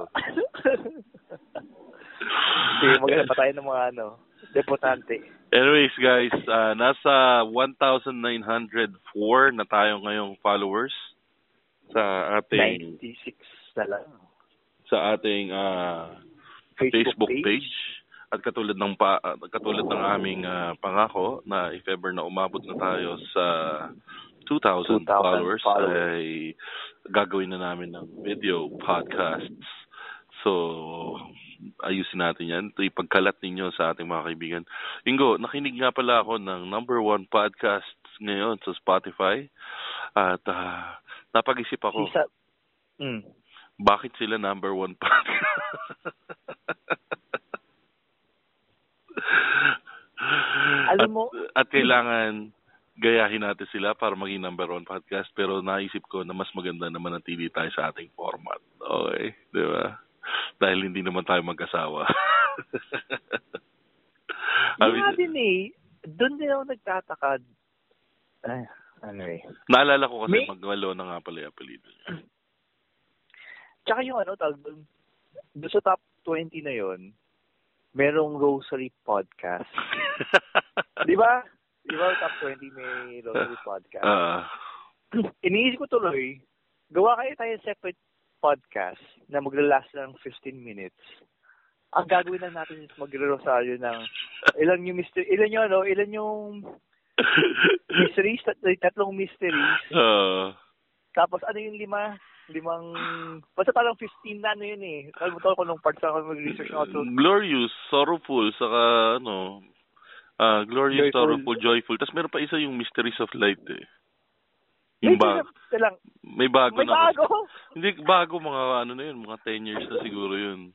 [SPEAKER 3] Sige, maghanap pa tayo ng mga, ano, deputante.
[SPEAKER 2] Anyways guys, ah, nasa 1,904 na tayo ngayong followers sa ating
[SPEAKER 3] 96 na lang.
[SPEAKER 2] sa ating ah, Facebook, page. At katulad ng pa, at katulad ng aming ah, pangako na if ever na umabot na tayo sa 2,000
[SPEAKER 3] 2,000
[SPEAKER 2] followers,
[SPEAKER 3] followers.
[SPEAKER 2] ay gagawin na namin ng video podcasts. So, ayusin natin yan. Ito ipagkalat ninyo sa ating mga kaibigan. Ingo, nakinig nga pala ako ng number one podcast ngayon sa Spotify. At ah, napag-isip ako,
[SPEAKER 3] Isa, mm,
[SPEAKER 2] bakit sila number one *laughs* podcast?
[SPEAKER 3] Alam mo-
[SPEAKER 2] at, at kailangan gayahin natin sila para maging number one podcast pero naisip ko na mas maganda na manatili tayo sa ating format. Okay, di ba? Dahil hindi naman tayo
[SPEAKER 3] *laughs*
[SPEAKER 2] magkasawa. I
[SPEAKER 3] Yung
[SPEAKER 2] mean,
[SPEAKER 3] nga din eh, doon din ako nagtataka. Ay, anyway.
[SPEAKER 2] naalala ko kasi
[SPEAKER 3] May-
[SPEAKER 2] magwalo na nga pala yung apelido niya. *laughs*
[SPEAKER 3] Tsaka yung ano, tawag doon, doon sa top 20 na yon merong Rosary Podcast. Di ba? Di ba top 20 may
[SPEAKER 2] *laughs*
[SPEAKER 3] Rosary Podcast?
[SPEAKER 2] Ah.
[SPEAKER 3] Iniisip ko tuloy, gawa kayo tayo separate podcast na maglalast lang 15 minutes. Ang gagawin lang natin is magre-rosaryo ng ilan yung mystery, ilan yung ano, ilan yung mysteries, tat- tatlong mysteries,
[SPEAKER 2] Ah.
[SPEAKER 3] Tapos ano yung lima? Limang... Basta parang 15 na ano yun eh. Kalimutan ko nung part sa ako mag-research ako. So,
[SPEAKER 2] Glorious, sorrowful, saka ano, ah glorious,
[SPEAKER 3] Joyful.
[SPEAKER 2] sorrowful, joyful. Tapos meron pa isa yung mysteries of light eh.
[SPEAKER 3] may
[SPEAKER 2] Yung ba-
[SPEAKER 3] tinap- ka lang.
[SPEAKER 2] may bago
[SPEAKER 3] May
[SPEAKER 2] na.
[SPEAKER 3] bago!
[SPEAKER 2] Hindi, bago mga ano na yun, mga 10 years na siguro yun.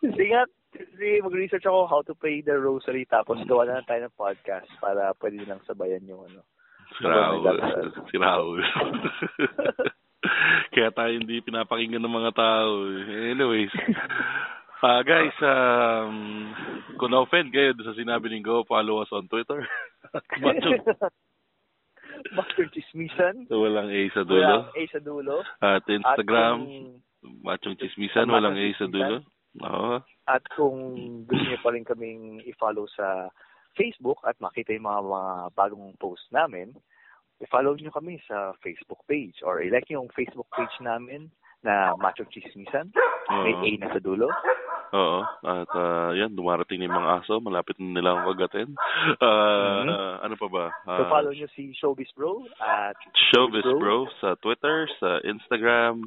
[SPEAKER 3] Sige nga, sige, mag-research ako how to play the rosary tapos gawa na lang tayo ng podcast para pwede lang sabayan yung ano.
[SPEAKER 2] Si Raul.
[SPEAKER 3] Sabagay,
[SPEAKER 2] Si Raul. Kaya tayo hindi pinapakinggan ng mga tao. eh. Anyways. Ah guys, um, kung na-offend kayo sa sinabi ni Go, follow us on Twitter. *laughs*
[SPEAKER 3] *laughs*
[SPEAKER 2] Macho.
[SPEAKER 3] Master Chismisan.
[SPEAKER 2] Walang A sa
[SPEAKER 3] Walang
[SPEAKER 2] dulo.
[SPEAKER 3] A sa dulo.
[SPEAKER 2] At
[SPEAKER 3] At
[SPEAKER 2] Instagram,
[SPEAKER 3] kung,
[SPEAKER 2] Machong Chismisan,
[SPEAKER 3] Machong
[SPEAKER 2] walang A sa
[SPEAKER 3] Chismisan.
[SPEAKER 2] dulo. Oo.
[SPEAKER 3] at kung gusto niyo pa rin kaming i-follow sa Facebook at makita yung mga, mga bagong post namin, i-follow niyo kami sa Facebook page or i-like niyo yung Facebook page namin na Macho Chismisan. May
[SPEAKER 2] Oo.
[SPEAKER 3] A na sa dulo.
[SPEAKER 2] Oo. At ah, yan, dumarating na yung mga aso. Malapit na nila akong agatin. Ah, Ano pa ba?
[SPEAKER 3] Mm-hmm. So
[SPEAKER 2] Ah,
[SPEAKER 3] follow niyo si Showbiz Bro at
[SPEAKER 2] Showbiz Bro sa Twitter, sa Instagram,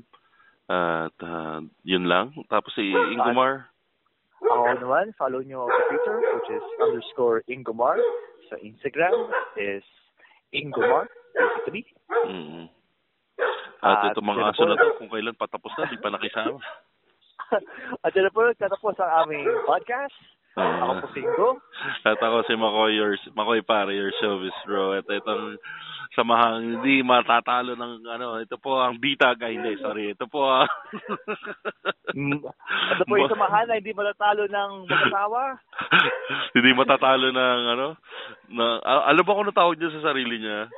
[SPEAKER 2] at ah, yun lang. Tapos si Ingomar,
[SPEAKER 3] Ako naman, follow nyo ako sa Twitter, which is underscore Ingomar. Sa Instagram is Ingomar, basically. *laughs*
[SPEAKER 2] Mm. At
[SPEAKER 3] At
[SPEAKER 2] itong mga
[SPEAKER 3] sila
[SPEAKER 2] aso
[SPEAKER 3] po-
[SPEAKER 2] na to, kung kailan patapos na, di pa
[SPEAKER 3] *laughs*
[SPEAKER 2] nakisama.
[SPEAKER 3] At dyan na po, tatapos ang aming podcast.
[SPEAKER 2] Ah.
[SPEAKER 3] Ako po si Ingo.
[SPEAKER 2] At ako si Makoy, your, Makoy Pare, your showbiz bro. At itong samahang hindi matatalo ng ano, ito po ang bitag. Ay, hindi, sorry. Ito po
[SPEAKER 3] *laughs*
[SPEAKER 2] ang...
[SPEAKER 3] Mm, At po yung samahan na hindi matatalo ng mag-asawa.
[SPEAKER 2] *laughs* hindi matatalo ng ano. Na, a- alam ba kung ano tawag niya sa sarili niya?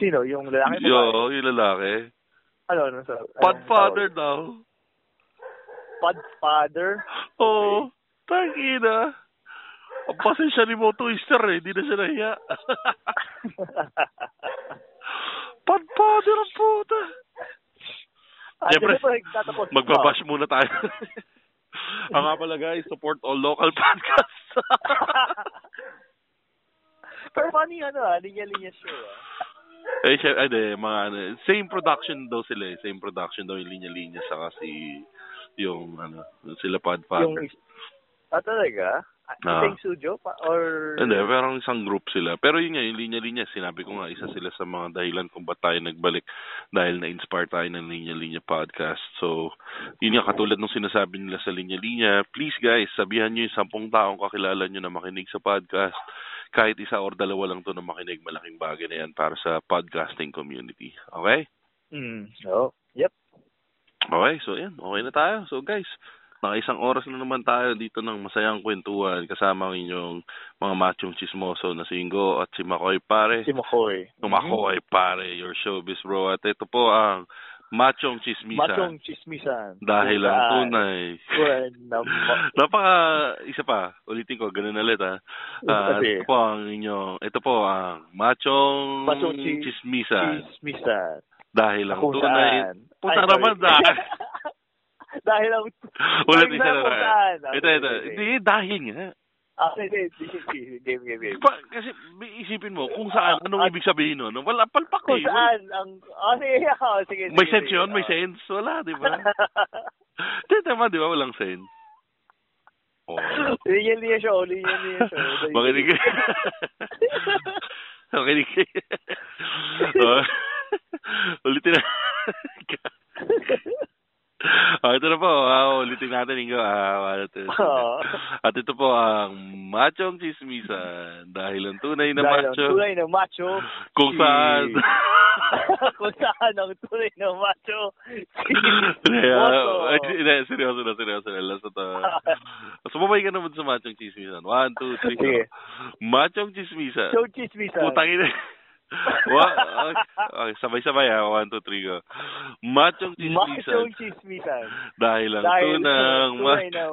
[SPEAKER 3] Sino? Yung lalaki? babae?
[SPEAKER 2] Yo, yung lalaki.
[SPEAKER 3] Ano? ano sa, anong
[SPEAKER 2] Podfather
[SPEAKER 3] tawag?
[SPEAKER 2] daw.
[SPEAKER 3] Podfather.
[SPEAKER 2] Oo. Oh, tangina. Ang pasensya ni Mo Twister eh. Hindi na siya
[SPEAKER 3] *laughs*
[SPEAKER 2] nahiya. Padpader ang puta.
[SPEAKER 3] At
[SPEAKER 2] Siyempre,
[SPEAKER 3] dyan na po, tatapos.
[SPEAKER 2] Magbabash
[SPEAKER 3] Ah.
[SPEAKER 2] muna tayo. Ang nga pala guys, support all local *laughs* podcasts.
[SPEAKER 3] *laughs* Pero funny ano ah, linya-linya show ah.
[SPEAKER 2] eh, siya, ay, di, mga ano, same production daw sila eh. Same production daw yung linya-linya sa kasi yung ano, sila
[SPEAKER 3] Yung,
[SPEAKER 2] Podfather.
[SPEAKER 3] ah talaga? Ah,
[SPEAKER 2] Ah.
[SPEAKER 3] Isa yung studio pa, or...
[SPEAKER 2] Hindi, parang isang group sila. Pero yun nga, yung linya-linya, sinabi ko nga, isa sila sa mga dahilan kung ba't tayo nagbalik dahil na-inspire tayo ng linya-linya podcast. So, yun nga, katulad nung sinasabi nila sa linya-linya, please guys, sabihan nyo yung sampung taong kakilala nyo na makinig sa podcast. Kahit isa or dalawa lang to na makinig, malaking bagay na yan para sa podcasting community. Okay?
[SPEAKER 3] Mm. Oh, yep.
[SPEAKER 2] Okay, so yan. Okay na tayo. So guys, nakaisang oras na naman tayo dito ng masayang kwentuhan kasama ang inyong mga machong chismoso na si Ingo at si Makoy Pare.
[SPEAKER 3] Si Makoy.
[SPEAKER 2] Kung Makoy Pare, your showbiz bro. At ito po ang machong chismisan.
[SPEAKER 3] Matong chismisan.
[SPEAKER 2] Dahil ang
[SPEAKER 3] Tunay.
[SPEAKER 2] tunay.
[SPEAKER 3] Tunay na ma-
[SPEAKER 2] *laughs* Napaka, isa pa, ulitin ko, ganun ulit ha. Ah,
[SPEAKER 3] Kasi-
[SPEAKER 2] ito po ang inyong, ito po ang machong,
[SPEAKER 3] Machong chis-
[SPEAKER 2] chismisan.
[SPEAKER 3] Chismisan.
[SPEAKER 2] Dahil ang
[SPEAKER 3] Kung
[SPEAKER 2] tunay.
[SPEAKER 3] saan.
[SPEAKER 2] Puta
[SPEAKER 3] Ay, sorry.
[SPEAKER 2] naman ah. dahil.
[SPEAKER 3] *laughs* Dahil ang...
[SPEAKER 2] Ulit
[SPEAKER 3] Dahil
[SPEAKER 2] isa
[SPEAKER 3] na
[SPEAKER 2] na
[SPEAKER 3] kung saan.
[SPEAKER 2] Ito,
[SPEAKER 3] Ah,
[SPEAKER 2] ito.
[SPEAKER 3] sige, sige.
[SPEAKER 2] Hindi, dahil nga.
[SPEAKER 3] Ah, hindi, hindi, hindi. Game, game, game.
[SPEAKER 2] Pa, kasi may isipin mo, kung saan, anong
[SPEAKER 3] Ah,
[SPEAKER 2] ibig sabihin nun? Wala, palpak
[SPEAKER 3] Kung
[SPEAKER 2] eh. Wala-
[SPEAKER 3] saan ang... Ah, sige, ah, sige,
[SPEAKER 2] May
[SPEAKER 3] sige,
[SPEAKER 2] sense
[SPEAKER 3] sige,
[SPEAKER 2] yun, may
[SPEAKER 3] ah.
[SPEAKER 2] sense. Wala, di ba? Hindi, tama, di ba? Walang sense. Oh.
[SPEAKER 3] *laughs* *laughs* Linya linya siya, oh, linya linya siya.
[SPEAKER 2] Makinig kayo. *laughs* Makinig kayo. *laughs* Oh. *laughs* Ulitin na. *laughs* oh, ito na po. Ah, ulitin natin, Ingo. Ah, one, two, three.
[SPEAKER 3] Oo.
[SPEAKER 2] At ito po ang machong chismisan. Dahil ang tunay na
[SPEAKER 3] Dahil ang
[SPEAKER 2] macho.
[SPEAKER 3] Tunay na macho.
[SPEAKER 2] Kung
[SPEAKER 3] si-
[SPEAKER 2] saan. *laughs*
[SPEAKER 3] *laughs* kung saan ang tunay na macho. si
[SPEAKER 2] Kaya,
[SPEAKER 3] Boso.
[SPEAKER 2] ah, ay, hindi, seryoso na, seryoso na. Last na
[SPEAKER 3] *laughs*
[SPEAKER 2] to. Sumabay ka naman sa machong chismisan. One, two, three.
[SPEAKER 3] Sige.
[SPEAKER 2] go. Machong chismisan.
[SPEAKER 3] So chismisan.
[SPEAKER 2] Putang
[SPEAKER 3] *laughs*
[SPEAKER 2] ina. Wa, okay, sabay-sabay ha. One, two, three, go. Machong
[SPEAKER 3] Macho
[SPEAKER 2] chismisan.
[SPEAKER 3] chismisan.
[SPEAKER 2] Dahil lang
[SPEAKER 3] Dahil
[SPEAKER 2] tunang
[SPEAKER 3] tunay
[SPEAKER 2] ma-
[SPEAKER 3] na...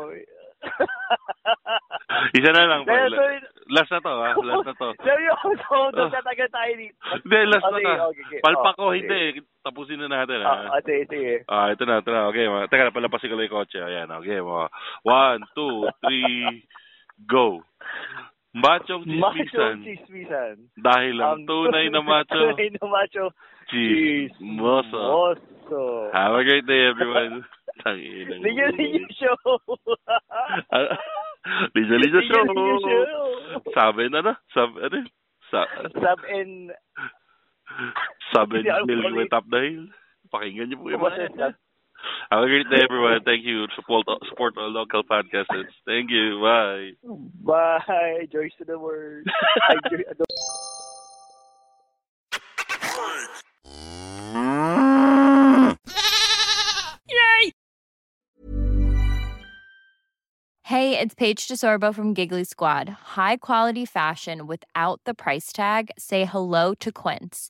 [SPEAKER 2] Isa na lang.
[SPEAKER 3] Dahil
[SPEAKER 2] pala.
[SPEAKER 3] tunay-
[SPEAKER 2] Last na to,
[SPEAKER 3] *laughs*
[SPEAKER 2] ha? Last na to. Ah.
[SPEAKER 3] Seryoso, tatagal tayo dito.
[SPEAKER 2] Hindi, last na
[SPEAKER 3] Okay,
[SPEAKER 2] to.
[SPEAKER 3] Ah,
[SPEAKER 2] ah.
[SPEAKER 3] okay, okay.
[SPEAKER 2] Palpak
[SPEAKER 3] Oh,
[SPEAKER 2] ko, hindi. Tapusin na natin, ha?
[SPEAKER 3] Ah, ah, sige, sige.
[SPEAKER 2] Ah, ito na, ito na. Okay, mga, teka na, palapasin ko lang yung kotse. Ayan, okay, mga one, two, three, go. Machong
[SPEAKER 3] Macho
[SPEAKER 2] chismisan,
[SPEAKER 3] chismisan.
[SPEAKER 2] dahil ang tunay
[SPEAKER 3] *laughs*
[SPEAKER 2] na macho,
[SPEAKER 3] Tunay na macho.
[SPEAKER 2] chismoso.
[SPEAKER 3] Chismoso.
[SPEAKER 2] Have a great day, everyone. Tangin ang-
[SPEAKER 3] Linya Linya Show. *laughs*
[SPEAKER 2] *laughs* Ah, Linya Linya Show.
[SPEAKER 3] Linya Show.
[SPEAKER 2] Sabi na na, sabi, ano? yun? Sa,
[SPEAKER 3] Sub and...
[SPEAKER 2] sabi
[SPEAKER 3] Hindi,
[SPEAKER 2] na
[SPEAKER 3] alam ko
[SPEAKER 2] nilagay
[SPEAKER 3] ulit.
[SPEAKER 2] top dahil. Pakinggan niyo po yung
[SPEAKER 3] What is
[SPEAKER 2] mga.
[SPEAKER 3] that?
[SPEAKER 2] Have a great day, everyone. Thank you. Support, support our local podcasters. Thank you. Bye.
[SPEAKER 3] Bye. Joyce to the
[SPEAKER 2] *laughs*
[SPEAKER 3] world. Ay, Joy- ano?
[SPEAKER 4] Hey, it's Paige DeSorbo from Giggly Squad. High quality fashion without the price tag. Say hello to Quince.